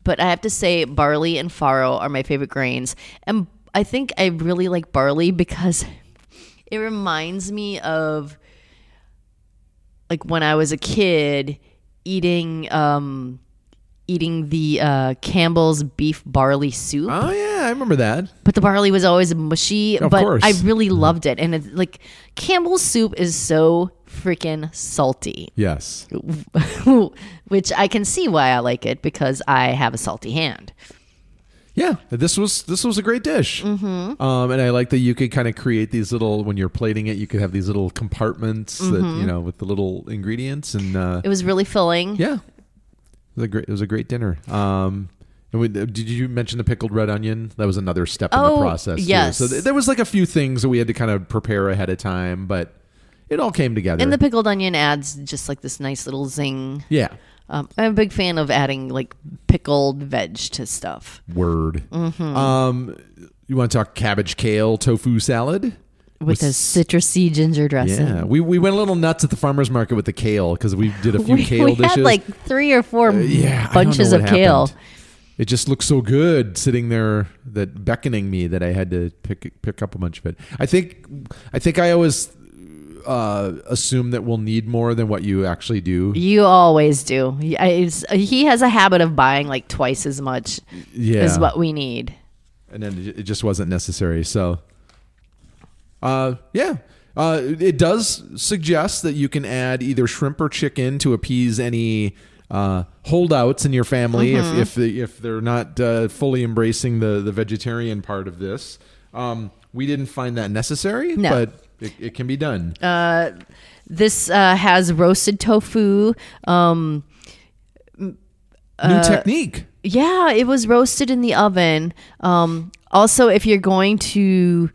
but I have to say barley and farro are my favorite grains, and I think I really like barley because it reminds me of like when I was a kid eating um eating the uh Campbell's beef barley soup.
Oh yeah, I remember that.
But the barley was always mushy, but
course.
I really loved it. And it's like Campbell's soup is so freaking salty.
Yes.
Which I can see why I like it because I have a salty hand.
Yeah, this was this was a great dish. Mm-hmm. Um, and I like that you could kind of create these little when you're plating it, you could have these little compartments that you know with the little ingredients and uh,
Mm-hmm. It was really filling.
yeah, it was a great it was a great dinner. Um, and we, did you mention the pickled red onion? That was another step in
Oh,
the process. too.
yes.
So th- there was like a few things that we had to kind of prepare ahead of time, but it all came together.
And the pickled onion adds just like this nice little zing.
yeah.
Um, I'm a big fan of adding like pickled veg to stuff,
Word.
Mm-hmm.
Um, you want to talk cabbage kale tofu salad?
with a citrusy ginger dressing.
Yeah, we, we went a little nuts at the farmers market with the kale because we did a few
We,
kale
we
dishes. Uh,
had like three or four
yeah, I don't
bunches
know
of
what
kale.
happened. It just looked so good sitting there, that beckoning me that I had to pick pick up a bunch of it. I think I think I always uh, assume that we'll need more than what you actually do.
You always do. He- I- it's- He has a habit of buying like twice as much
Yeah,
as what we need.
and then it ju- it just wasn't necessary. So, uh, yeah, uh, it does suggest that you can add either shrimp or chicken to appease any uh, holdouts in your family if if, the, if they're not uh, fully embracing the the vegetarian part of this. Um, we didn't find that necessary,
No.
but it, it can be done.
This uh, has roasted tofu. Um,
New technique.
yeah, it was roasted in the oven. Um, also, if you're going to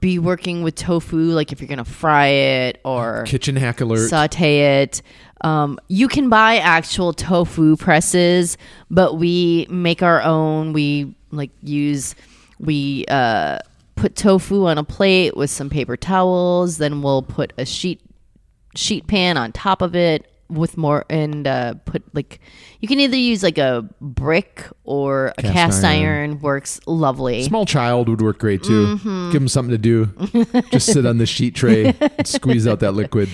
be working with tofu, like if you're going to fry it or
Kitchen hack alert.
saute it, um, you can buy actual tofu presses, but we make our own. We like use, we uh, put tofu on a plate with some paper towels, then we'll put a sheet sheet pan on top of it with more and uh, put like you can either use like a brick or a cast, iron. works lovely
Small child would work great too. Give them something to do. Just sit on the sheet tray and squeeze out that liquid.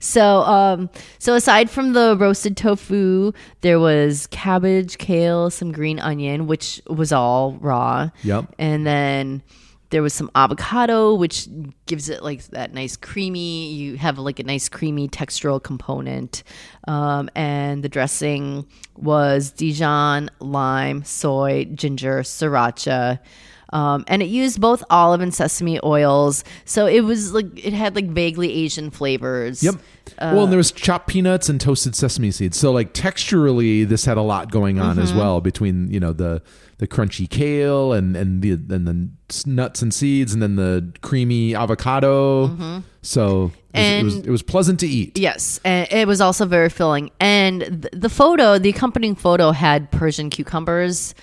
so um so aside from the roasted tofu there was cabbage kale some green onion which was all raw
Yep.
and then There was some avocado, which gives it like that nice creamy. You have like a nice creamy textural component. Um, and the dressing was Dijon, lime, soy, ginger, sriracha. Um, and it used both olive and sesame oils, so it was like it had like vaguely Asian flavors.
Yep.
Uh,
well, and there was chopped peanuts and toasted sesame seeds. So like texturally, this had a lot going on
Mm-hmm.
as well between you know the the crunchy kale and and the and the s- nuts and seeds and then the creamy avocado. So it was, it was
Mm-hmm. And-
it was pleasant to eat.
Yes, and it was also very filling. And th- the photo, the accompanying photo, had Persian cucumbers.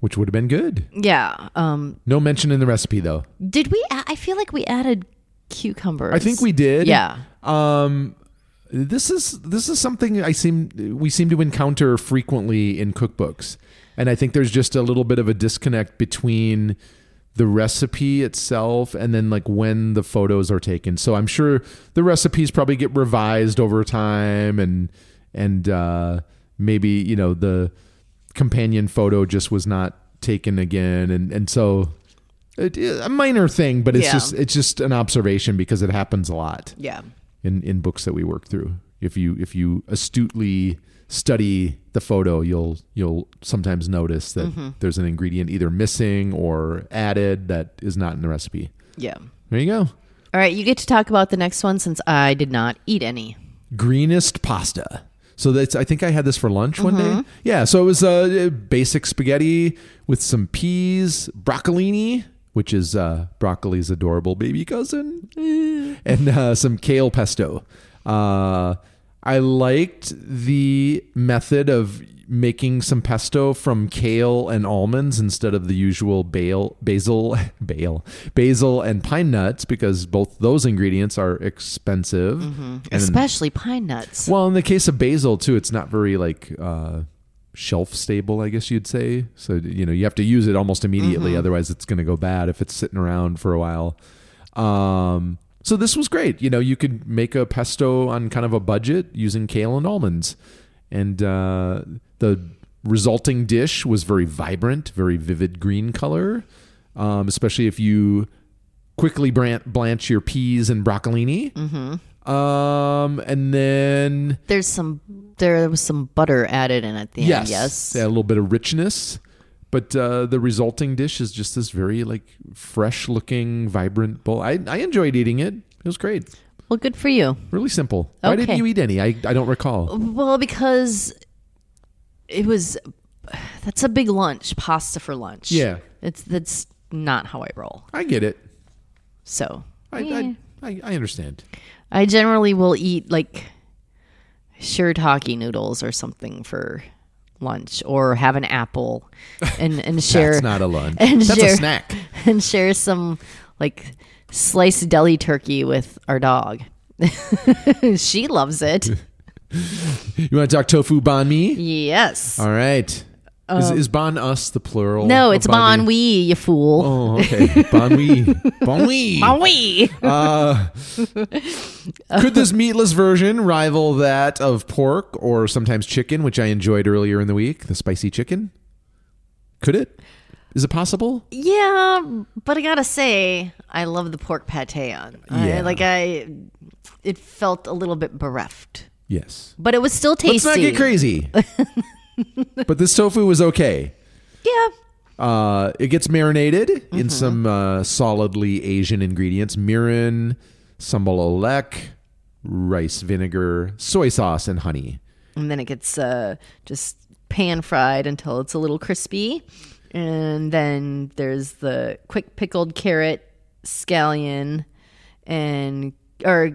Which would have been good.
Yeah. Um,
No mention in the recipe though.
did we? a- I feel like we added cucumbers.
I think we did.
Yeah.
Um, this is this is something I seem we seem to encounter frequently in cookbooks, and I think there's just a little bit of a disconnect between the recipe itself and then like when the photos are taken. So I'm sure the recipes probably get revised over time, and and uh, maybe you know the companion photo just was not taken again, and and so. It, a minor thing, but it's
Yeah.
just it's just an observation because it happens a lot
Yeah.
in in books that we work through. If you if you astutely study the photo, you'll you'll sometimes notice that there's an ingredient either missing or added that is not in the recipe.
Yeah.
There you go.
All right, you get to talk about the next one since I did not eat any.
greenest pasta. So that's I think I had this for lunch one day. Yeah, so it was uh, basic spaghetti with some peas, broccolini, which is uh, broccoli's adorable baby cousin, and uh, some kale pesto. Uh, I liked the method of making some pesto from kale and almonds instead of the usual bale, basil, basil, basil and pine nuts because both those ingredients are expensive. And then-
Especially pine nuts.
well, in the case of basil too, it's not very like uh, shelf stable, I guess you'd say. So you know you have to use it almost immediately, otherwise it's going to go bad if it's sitting around for a while. Um, so this was great. You know, you could make a pesto on kind of a budget using kale and almonds, and uh, the resulting dish was very vibrant, very vivid green color, um, especially if you quickly bran- blanch your peas and broccolini. Um, and then
There's some there was some butter added in at the
yes,
end. Yes.
yeah, a little bit of richness, but uh, the resulting dish is just this very like fresh looking, vibrant bowl. I, I enjoyed eating it. It was great.
Well, good for you.
Really simple. Why didn't
Okay.
you eat any? I, I don't recall.
Well, because it was that's a big lunch, pasta for lunch.
Yeah.
It's that's not how I roll.
I get it.
So
I,
yeah.
I, I, I understand.
I, generally will eat like shirataki noodles or something for lunch or have an apple and, and share
That's not a lunch.
and
That's
share
a snack.
and share some like sliced deli turkey with our dog. she loves it.
You want to talk tofu banh mi?
Yes. Um,
All right. is, is banh us the plural?
No,
of
it's bon
mi?
we, you fool.
Oh, okay. Bon oui. Bon oui.
Bon oui.
Oh. Uh, could this meatless version rival that of pork or sometimes chicken, which I enjoyed earlier in the week, the spicy chicken? Could it? Is it possible?
Yeah, but I gotta say, I love the pork pate on. I-
Yeah.
like I, it felt a little bit bereft,
Yes.
but it was still
Let's
tasty.
not get crazy. but this tofu was okay.
Yeah,
Uh, it gets marinated in some uh, solidly Asian ingredients: mirin, sambal olek, rice vinegar, soy sauce, and honey.
and then it gets uh, just pan fried until it's a little crispy, and then there's the quick pickled carrot, scallion, and or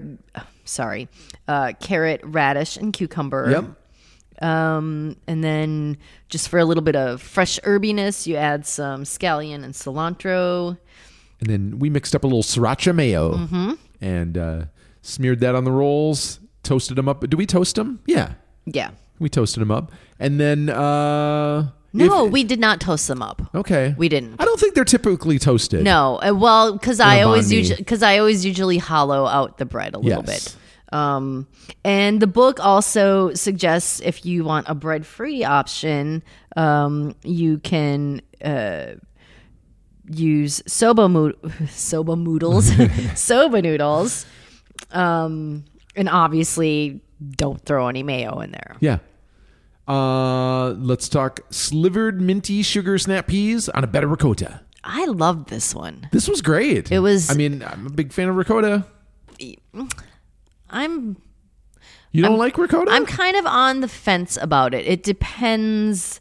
sorry, uh, carrot, radish, and cucumber.
Yep.
Um, and then just for a little bit of fresh herbiness, you add some scallion and cilantro.
And then we mixed up a little sriracha mayo
Mm-hmm.
and uh, smeared that on the rolls, toasted them up. Do we toast them? Yeah,
Yeah.
we toasted them up. And then. Uh,
No,
if-
we did not toast them up.
okay.
We didn't.
I don't think they're typically toasted.
No, uh, well, because I
a
always
banh mi.
usually because I always usually hollow out the bread a little
Yes.
bit. Um, and the book also suggests if you want a bread-free option, um, you can uh, use soba mo- soba noodles, soba noodles, um, and obviously don't throw any mayo in there.
Yeah. Uh, let's talk slivered minty sugar snap peas on a better ricotta.
I love this one.
This was great. It
was-
I mean, I'm a big fan of ricotta.
I'm
You don't like ricotta?
I'm kind of on the fence about it. It depends.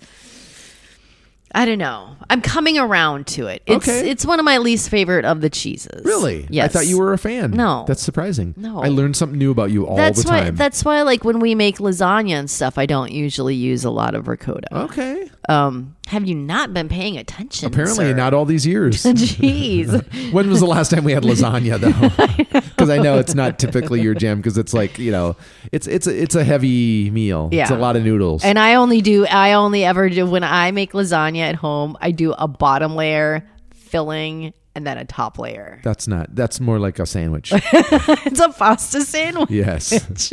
I don't know. I'm coming around to it. It's
Okay.
it's one of my least favorite of the cheeses.
really?
Yes.
I thought you were a fan.
No.
That's surprising.
No.
I learned something new about you all
That's
the
why.
time.
That's why. Like when we make lasagna and stuff, I don't usually use a lot of ricotta.
Oh. okay.
Um, have you not been paying attention?
Apparently,
sir?
not all these years.
Jeez.
when was the last time we had lasagna though? Because I know it's not typically your jam. Because it's like you know, it's it's a, it's a heavy meal. It's a
Yeah.
lot of noodles.
and I only do. I only ever do when I make lasagna at home. I do a bottom layer filling and then a top layer.
that's not. That's more like a sandwich.
It's a pasta sandwich.
yes.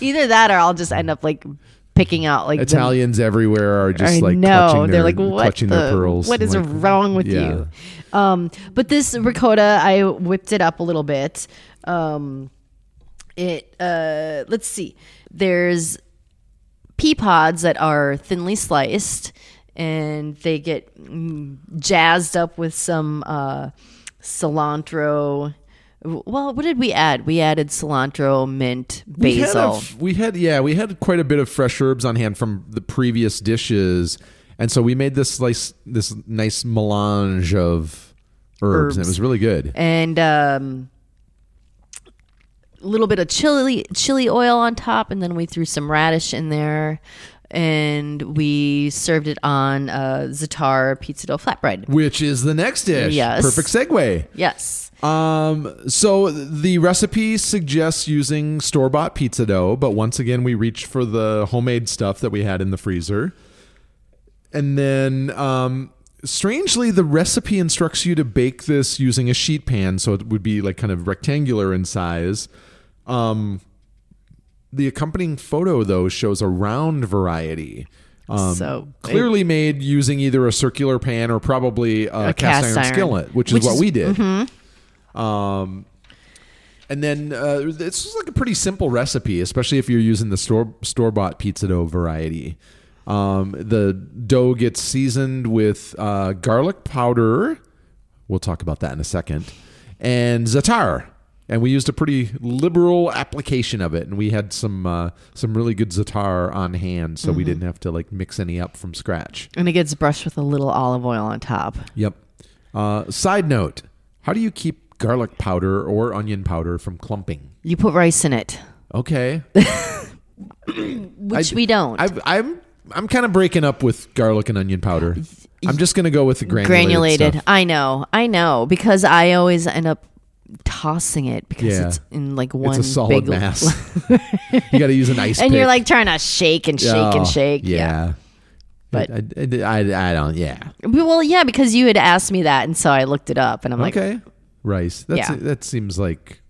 Either that, or I'll just end up like picking out like the-
Italians everywhere are just
I
like
know
clutching
they're
their,
like what
clutching their
the-
pearls.
what is
Like,
wrong with
yeah.
you? Um, but this ricotta, I whipped it up a little bit. Um, it uh, let's see, there's pea pods that are thinly sliced, and they get mm, jazzed up with some uh, cilantro. Well, what did we add? We added cilantro, mint,
We had, a
basil.
f- we had yeah, we had quite a bit of fresh herbs on hand from the previous dishes, and so we made this nice this nice melange of herbs, and
Herbs.
it was really good.
and um, a little bit of chili chili oil on top, and then we threw some radish in there, and we served it on uh, za'atar pizza dough flatbread.
Which is the next dish?
Yes.
Perfect segue.
Yes,
Um, so the recipe suggests using store bought pizza dough, but once again, we reached for the homemade stuff that we had in the freezer. And then, um, strangely, the recipe instructs you to bake this using a sheet pan, so it would be like kind of rectangular in size. Um, the accompanying photo, though, shows a round variety. Um,
So-
clearly made using either a circular pan or probably a, cast,
cast
iron,
iron.
skillet, which is
Which
what
is-
we did. Um, and then uh, this is like a pretty simple recipe, especially if you're using the store store bought pizza dough variety. Um, the dough gets seasoned with uh, garlic powder. We'll talk about that in a second, and za'atar. And we used a pretty liberal application of it, and we had some uh, some really good za'atar on hand, so we didn't have to like mix any up from scratch.
and it gets brushed with a little olive oil on top.
Yep. Uh, side note: How do you keep garlic powder or onion powder from clumping?
You put rice in it,
Okay,
which
I-
we don't.
I've, I'm I'm kind of breaking up with garlic and onion powder. I'm just gonna go with the granulated.
granulated.
stuff.
I know, I know, because I always end up tossing it because
Yeah.
it's in like
It's
one
a solid
big
mass. you got to use an ice.
and
pick.
you're like trying to shake and shake
Oh,
and shake.
Yeah.
But-
I, I, I- I don't. Yeah.
Well, yeah, because you had asked me that, and so I looked it up, and I'm like,
okay. Rice. That's,
Yeah.
That seems like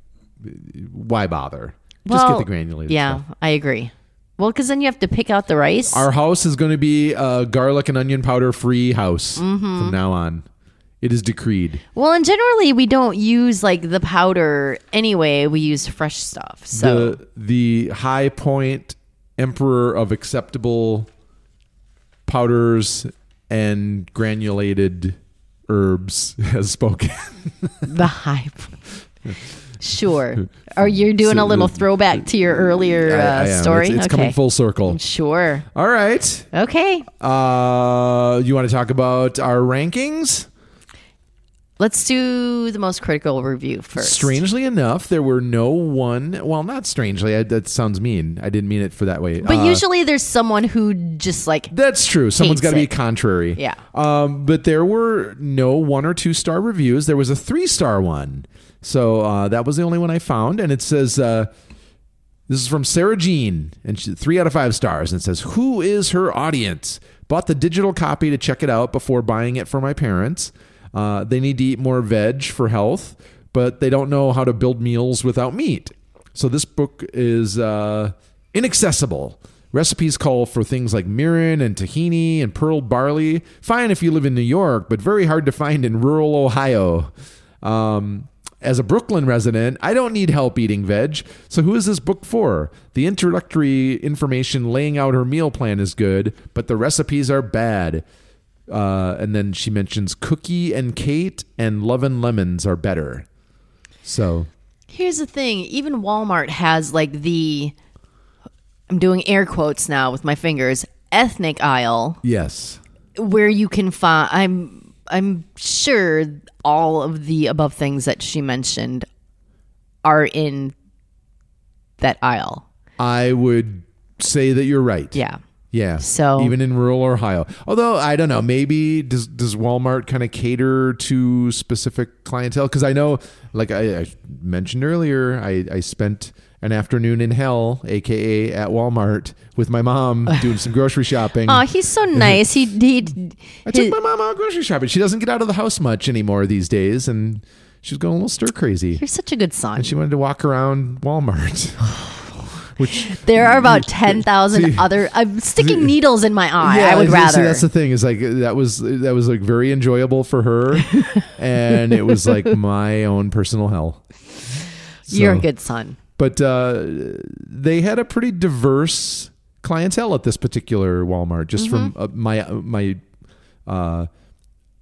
why bother? just
well,
get the granulated.
Yeah,
stuff.
I agree. Well, because then you have to pick out the rice.
Our house is going to be a garlic and onion powder free house
Mm-hmm.
from now on. It is decreed.
well, and generally we don't use like the powder anyway. We use fresh stuff. So
the the high point emperor of acceptable powders and granulated herbs has spoken.
the hype. sure. Or you're doing a
So
little
the-
throwback to your earlier uh,
I- I am. It's-
story.
It's,
okay.
coming full circle.
Sure.
All right.
Okay.
Uh, you want to talk about our rankings?
Let's do the most critical review first.
Strangely enough, there were no one. Well, not strangely. I, that sounds mean. I didn't mean it for that way.
But
Uh,
usually there's someone who just like
That's true. Someone's
Hates
got to be
it.
contrary.
Yeah.
Um, but there were no one or two star reviews. There was a three star one. So uh, that was the only one I found. And it says, uh, this is from Sarah Jean, and she, three out of five stars. And it says, Who is her audience? Bought the digital copy to check it out before buying it for my parents. Uh, they need to eat more veg for health, but they don't know how to build meals without meat. So this book is uh, inaccessible. Recipes call for things like mirin and tahini and pearled barley. Fine if you live in New York, but very hard to find in rural Ohio. Um, as a Brooklyn resident, I don't need help eating veg. So who is this book for? The introductory information laying out her meal plan is good, but the recipes are bad. Uh, and then she mentions Cookie and Kate and Love and Lemons are better. So
Here's the thing even Walmart has like the, I'm doing air quotes now with my fingers, ethnic aisle
yes,
where you can find, I'm, I'm sure all of the above things that she mentioned are in that aisle.
I would say that you're right.
Yeah.
Yeah.
So-
even in rural Ohio, although I don't know, maybe does does Walmart kind of cater to specific clientele? Because I know, like I, I mentioned earlier, I I spent an afternoon in hell, aka at Walmart, with my mom doing some grocery shopping.
Oh, he's so nice. He he.
Hmm. I
his-
took my mom out grocery shopping. She doesn't get out of the house much anymore these days, and she's going a little stir crazy.
you're such a good son.
She wanted to walk around Walmart, which
There are about ten thousand other. I'm sticking needles in my eye. I would
see,
rather.
that's the thing is like that was that was like very enjoyable for her, and it was like my own personal hell.
You're a
So-
good son.
But uh, they had a pretty diverse clientele at this particular Walmart. Just
Mm-hmm.
from uh, my uh, my uh,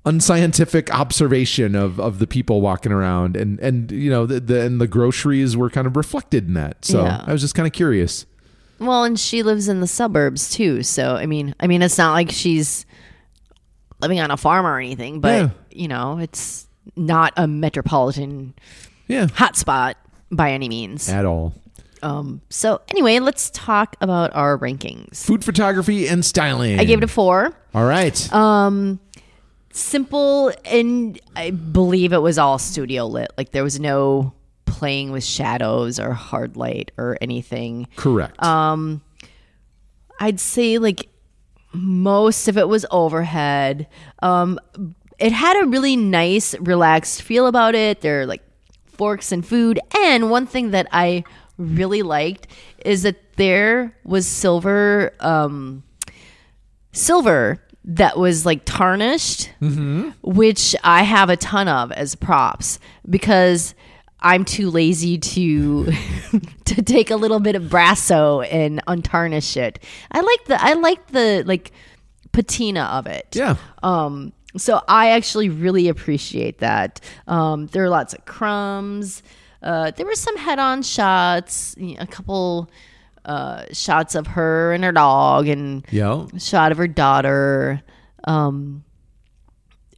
unscientific observation of of the people walking around, and and you know the, the and the groceries were kind of reflected in that. So
Yeah.
I was just kind of curious.
Well, and she lives in the suburbs too. So I mean, I mean, it's not like she's living on a farm or anything. But
Yeah.
you know, it's not a metropolitan
Yeah,
hotspot by any means.
at all.
Um. So anyway, let's talk about our rankings.
Food photography and styling.
I gave it a four.
All right.
Um, simple, and I believe it was all studio lit. Like there was no playing with shadows or hard light or anything.
Correct.
uh, I'd say like most of it was overhead. Um, it had a really nice, relaxed feel about it. There are like forks and food. And one thing that I really liked is that there was silver, um, silver that was like tarnished, which I have a ton of as props because. I'm too lazy to to take a little bit of brasso and untarnish it. I like the I like the like patina of it.
yeah.
Um, so I actually really appreciate that. Um, there are lots of crumbs. Uh, there were some head-on shots, y- a couple uh, shots of her and her dog, and
Yeah.
a shot of her daughter. Um,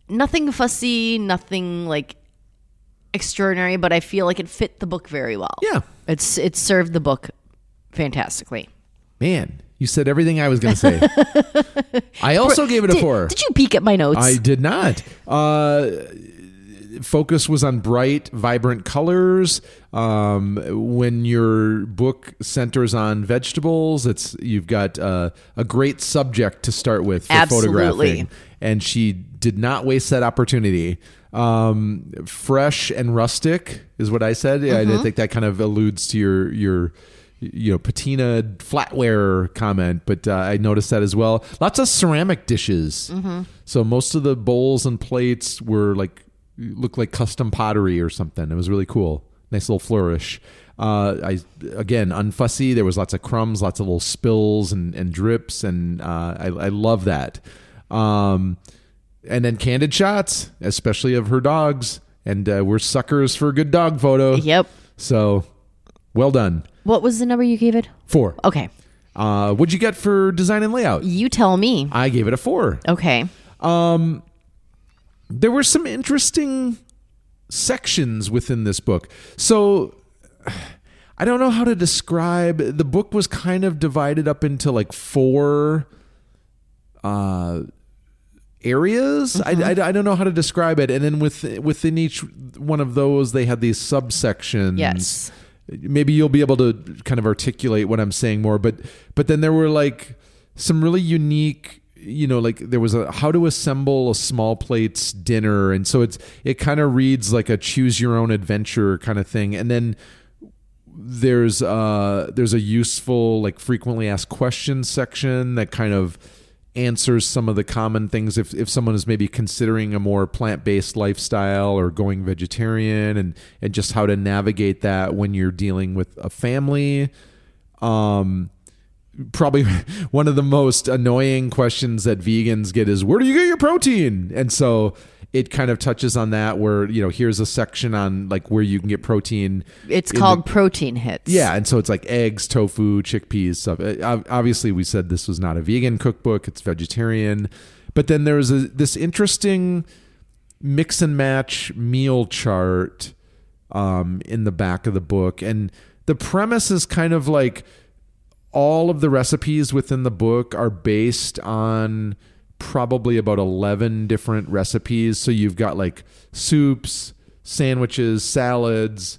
nothing fussy, nothing like extraordinary, but I feel like it fit the book very well.
Yeah.
It's it served the book fantastically.
Man, you said everything I was going to say. I also gave it a
Did-
four.
Did you peek at my notes?
I did not. Uh, focus was on bright, vibrant colors. Um, when your book centers on vegetables, it's you've got uh, a great subject to start with for
Absolutely.
photographing, and she did not waste that opportunity. Um, fresh and rustic is what I said. Yeah, I think that kind of alludes to your your you know patina flatware comment, but uh, I noticed that as well. Lots of ceramic dishes. So most of the bowls and plates were like looked like custom pottery or something. It was really cool. Nice little flourish. Uh, I again unfussy. There was lots of crumbs, lots of little spills and, and drips, and uh, I, I love that. Um, and then candid shots, especially of her dogs, and uh, we're suckers for a good dog photo.
Yep.
So, well done.
What was the number you gave it?
Four.
Okay.
Uh, what'd you get for design and layout?
You tell me.
I Mm. gave it a four.
Okay.
there were some interesting sections within this book. So I don't know how to describe the book was kind of divided up into like four uh areas I, I, I don't know how to describe it and then with within each one of those they had these subsections
Yes.
maybe you'll be able to kind of articulate what I'm saying more. But but then there were like some really unique, you know, like there was a how to assemble a small plates dinner, and so it's it kind of reads like a choose your own adventure kind of thing, and then there's uh there's a useful like frequently asked questions section that kind of answers some of the common things if, if someone is maybe considering a more plant-based lifestyle or going vegetarian and and just how to navigate that when you're dealing with a family um probably one of the most annoying questions that vegans get is where do you get your protein and so it kind of touches on that where you know here's a section on like where you can get protein
It's
in the-
called protein hits.
yeah, and so it's like eggs, tofu, chickpeas, stuff. Uh, ob- Obviously, we said this was not a vegan cookbook; it's vegetarian. But then there was a, this interesting mix and match meal chart um, in the back of the book, and the premise is kind of like all of the recipes within the book are based on probably about 11 different recipes so you've got like soups sandwiches salads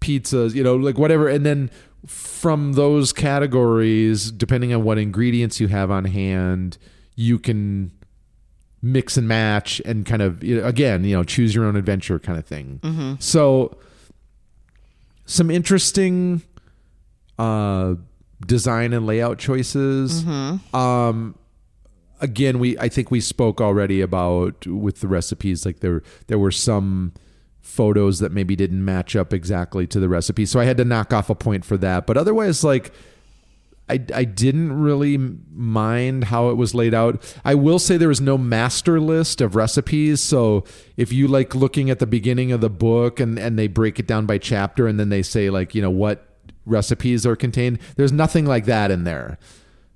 pizzas, you know, like whatever. And then from those categories, depending on what ingredients you have on hand, you can mix and match and kind of, you know, again, you know, choose your own adventure kind of thing. So, some interesting uh, design and layout choices. Um, again, we I think we spoke already about with the recipes. Like there there were some photos that maybe didn't match up exactly to the recipe, so I had to knock off a point for that. But otherwise, like. I, I didn't really mind how it was laid out. I will say there was no master list of recipes. So if you like looking at the beginning of the book and, and they break it down by chapter and then they say, like, you know, what recipes are contained, there's nothing like that in there.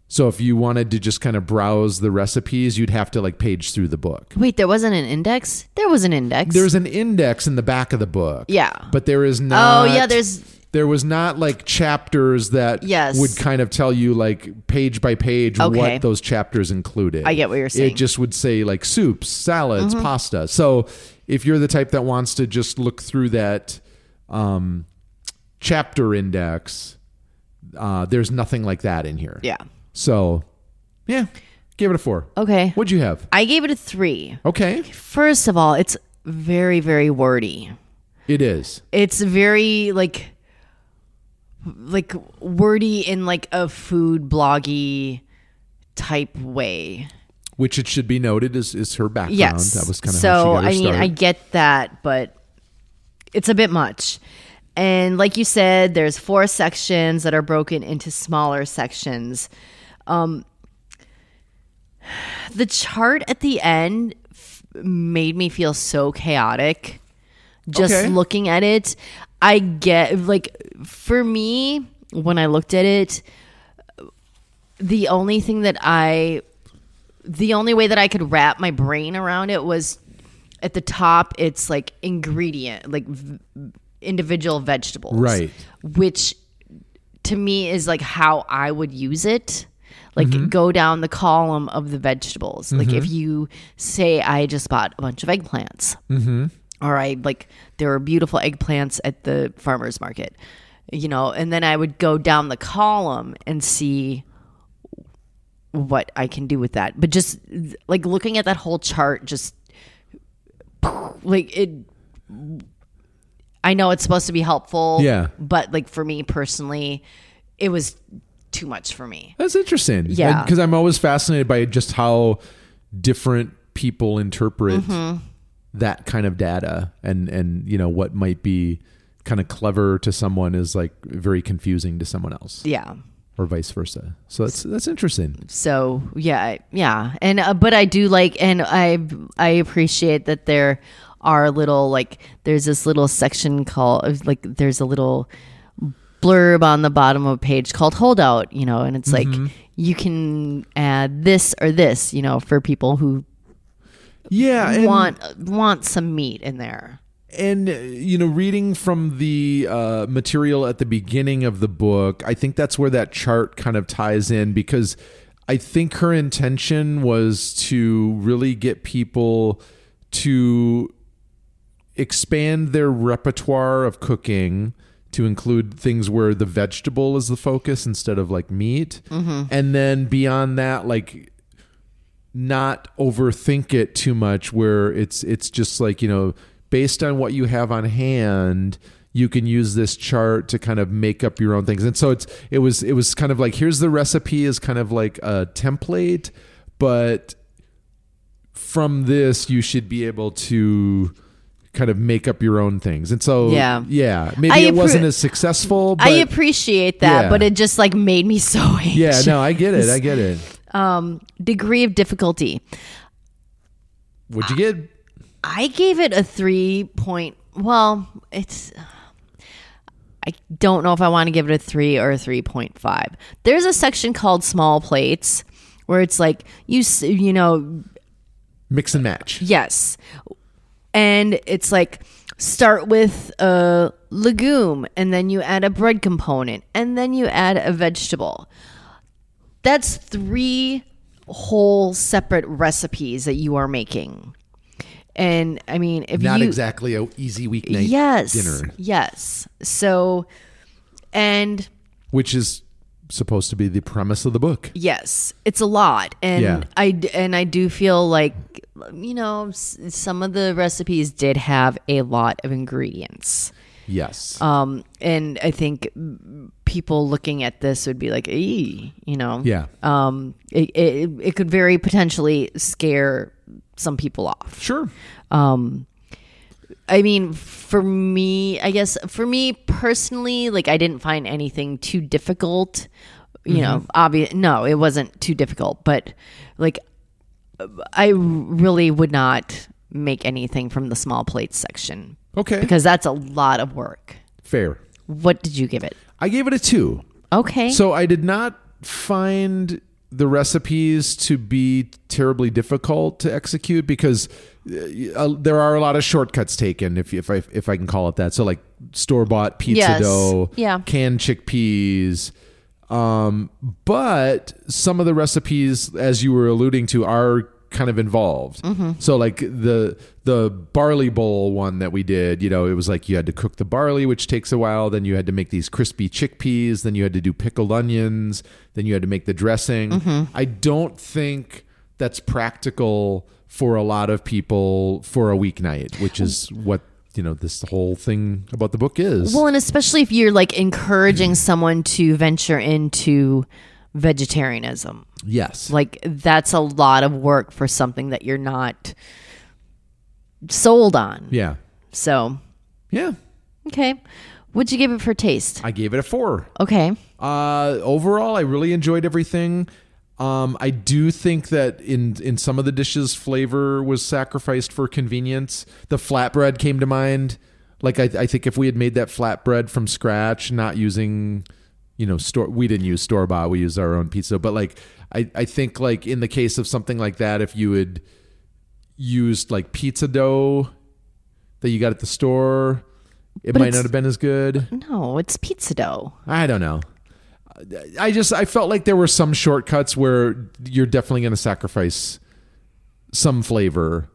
So if you wanted to just kind of browse the recipes, you'd have to like page through the book.
Wait, there wasn't an index? There was an index.
There's an index in the back of the book.
Yeah.
But there is
Oh
not
yeah, there's
there was not like chapters that
Yes.
would kind of tell you like page by page
Okay.
what those chapters included.
I get what you're saying. Mm-hmm.
It just would say like soups, salads, pasta. So if you're the type that wants to just look through that um, chapter index, uh, there's nothing like that in here.
yeah.
So yeah, give it a four.
Okay.
What'd you have?
I gave it a 3.
Okay,
First of all, it's very very wordy.
it is.
It's very like like wordy in like a food bloggy type way.
Which it should be noted is, is her background.
Yes,
That was kind of
so.
How she got her
I mean,
start.
I get that, but it's a bit much. And like you said, there's four sections that are broken into smaller sections. Um, the chart at the end f- made me feel so chaotic. Just
Okay.
looking at it, I get like for me when I looked at it, the only thing that I the only way that I could wrap my brain around it was at the top it's like ingredient like v- individual vegetables
Right.
which to me is like how I would use it like go down the column of the vegetables like if you say I just bought a bunch of eggplants all right, like there were beautiful eggplants at the farmer's market, you know, and then I would go down the column and see what I can do with that. But just like looking at that whole chart, just like it, I know it's supposed to be helpful.
Yeah.
But like for me personally, it was too much for me.
That's interesting.
Yeah.
Because I'm always fascinated by just how different people interpret
Mm-hmm.
that kind of data and, and, you know, what might be kind of clever to someone is like very confusing to someone else
Yeah.
or vice versa. So that's, that's interesting.
so yeah I- yeah and uh, but i do like and i i appreciate that there are little like there's this little section called uh, like there's a little blurb on the bottom of a page called holdout you know and it's
Mm-hmm.
like you can add this or this you know for people who
Yeah. And,
want want some meat in there
and, uh, you know, reading from the uh, material at the beginning of the book, I think that's where that chart kind of ties in because I think her intention was to really get people to expand their repertoire of cooking to include things where the vegetable is the focus instead of like meat. And then beyond that, like not overthink it too much where it's it's just like, you know, based on what you have on hand you can use this chart to kind of make up your own things and so it's it was it was kind of like here's the recipe is kind of like a template but from this you should be able to kind of make up your own things and so
Yeah.
yeah maybe
I
it
appro-
wasn't as successful but
I appreciate that,
Yeah.
but it just like made me so anxious.
yeah no i get it i get it
Um, degree of difficulty.
what'd you get
I gave it a three point. Well, it's. I don't know if I want to give it a three or a three point five. There's a section called small plates where it's like you s- you know
mix and match
yes, and it's like start with a legume and then you add a bread component and then you add a vegetable. That's three whole separate recipes that you are making. And I mean, if
not
you,
exactly a easy weeknight
yes
dinner
yes so and
which is supposed to be the premise of the book
yes it's a lot and
Yeah.
i d- and i do feel like you know s- some of the recipes did have a lot of ingredients
yes
um and i think people looking at this would be like ee you know
yeah
um it, it it could very potentially scare some people off
sure
um i mean for me i guess for me personally like i didn't find anything too difficult you know obvious no it wasn't too difficult but like i really would not make anything from the small plates section
okay
because that's a lot of work
fair
what did you give it
i gave it a two
okay
So I did not find the recipes to be terribly difficult to execute because uh, there are a lot of shortcuts taken if if I if I can call it that. So like store bought pizza
Yes.
dough,
Yeah.
canned chickpeas. Um, but some of the recipes, as you were alluding to, are kind of involved.
Mm-hmm.
So like the the barley bowl one that we did, you know, it was like you had to cook the barley, which takes a while. Then you had to make these crispy chickpeas. Then you had to do pickled onions. Then you had to make the dressing.
Mm-hmm.
I don't think that's practical for a lot of people for a weeknight, which is what you know this whole thing about the book is.
well and especially if you're like encouraging someone to venture into vegetarianism
yes.
like that's a lot of work for something that you're not sold on
yeah.
so
Yeah.
okay would you give it for taste
I gave it a four.
okay
Uh, overall, I really enjoyed everything. Um, I do think that in in some of the dishes, flavor was sacrificed for convenience. The flatbread came to mind. Like I, I think if we had made that flatbread from scratch, not using, you know, store we didn't use store bought, we used our own pizza. But like I, I think like in the case of something like that, if you had used like pizza dough that you got at the store, it
But
might
it's-
not have been as good.
no it's pizza dough
I don't know. I just I felt like there were some shortcuts where you're definitely going to sacrifice some flavor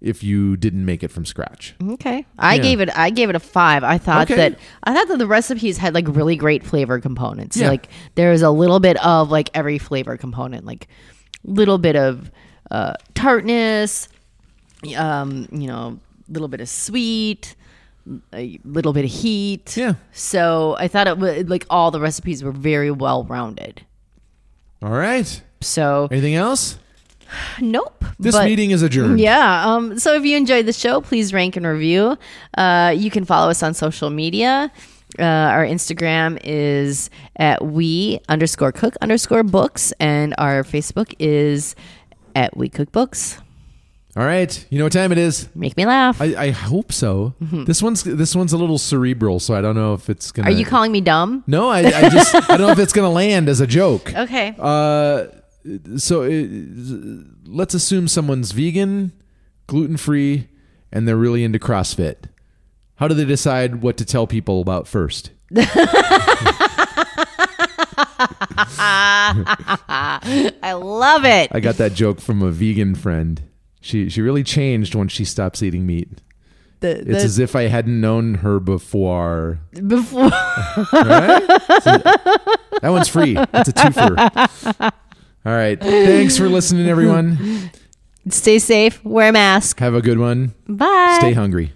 if you didn't make it from scratch.
okay i
Yeah.
gave it i gave it a five i thought
Okay.
that i thought that the recipes had like really great flavor components
Yeah.
like there's a little bit of like every flavor component like little bit of uh, tartness um you know little bit of sweet a little bit of heat
Yeah.
So I thought it was like all the recipes were very well rounded.
All right.
So
Anything else?
nope.
This
but-
meeting is adjourned.
Yeah. Um, so if you enjoyed the show, please rank and review. Uh, you can follow us on social media. Uh, our Instagram is at we underscore cook underscore books, and our Facebook is at we cook books.
All right. You know what time it is?
Make me laugh.
I, I hope so. This one's this one's a little cerebral, so I don't know if it's gonna.
Mm-hmm. Are you calling me dumb?
No, I, I just I don't know if it's gonna land as a joke.
Okay.
Uh, so uh, let's assume someone's vegan, gluten free, and they're really into CrossFit. How do they decide what to tell people about first?
Ah, I love it.
I got that joke from a vegan friend. She she really changed when she stops eating meat.
The-
It's as if I hadn't known her before.
the- before.
Right? that one's free. It's a twofer. All right. Thanks for listening, everyone.
Stay safe. Wear a mask.
Have a good one.
Bye.
Stay hungry.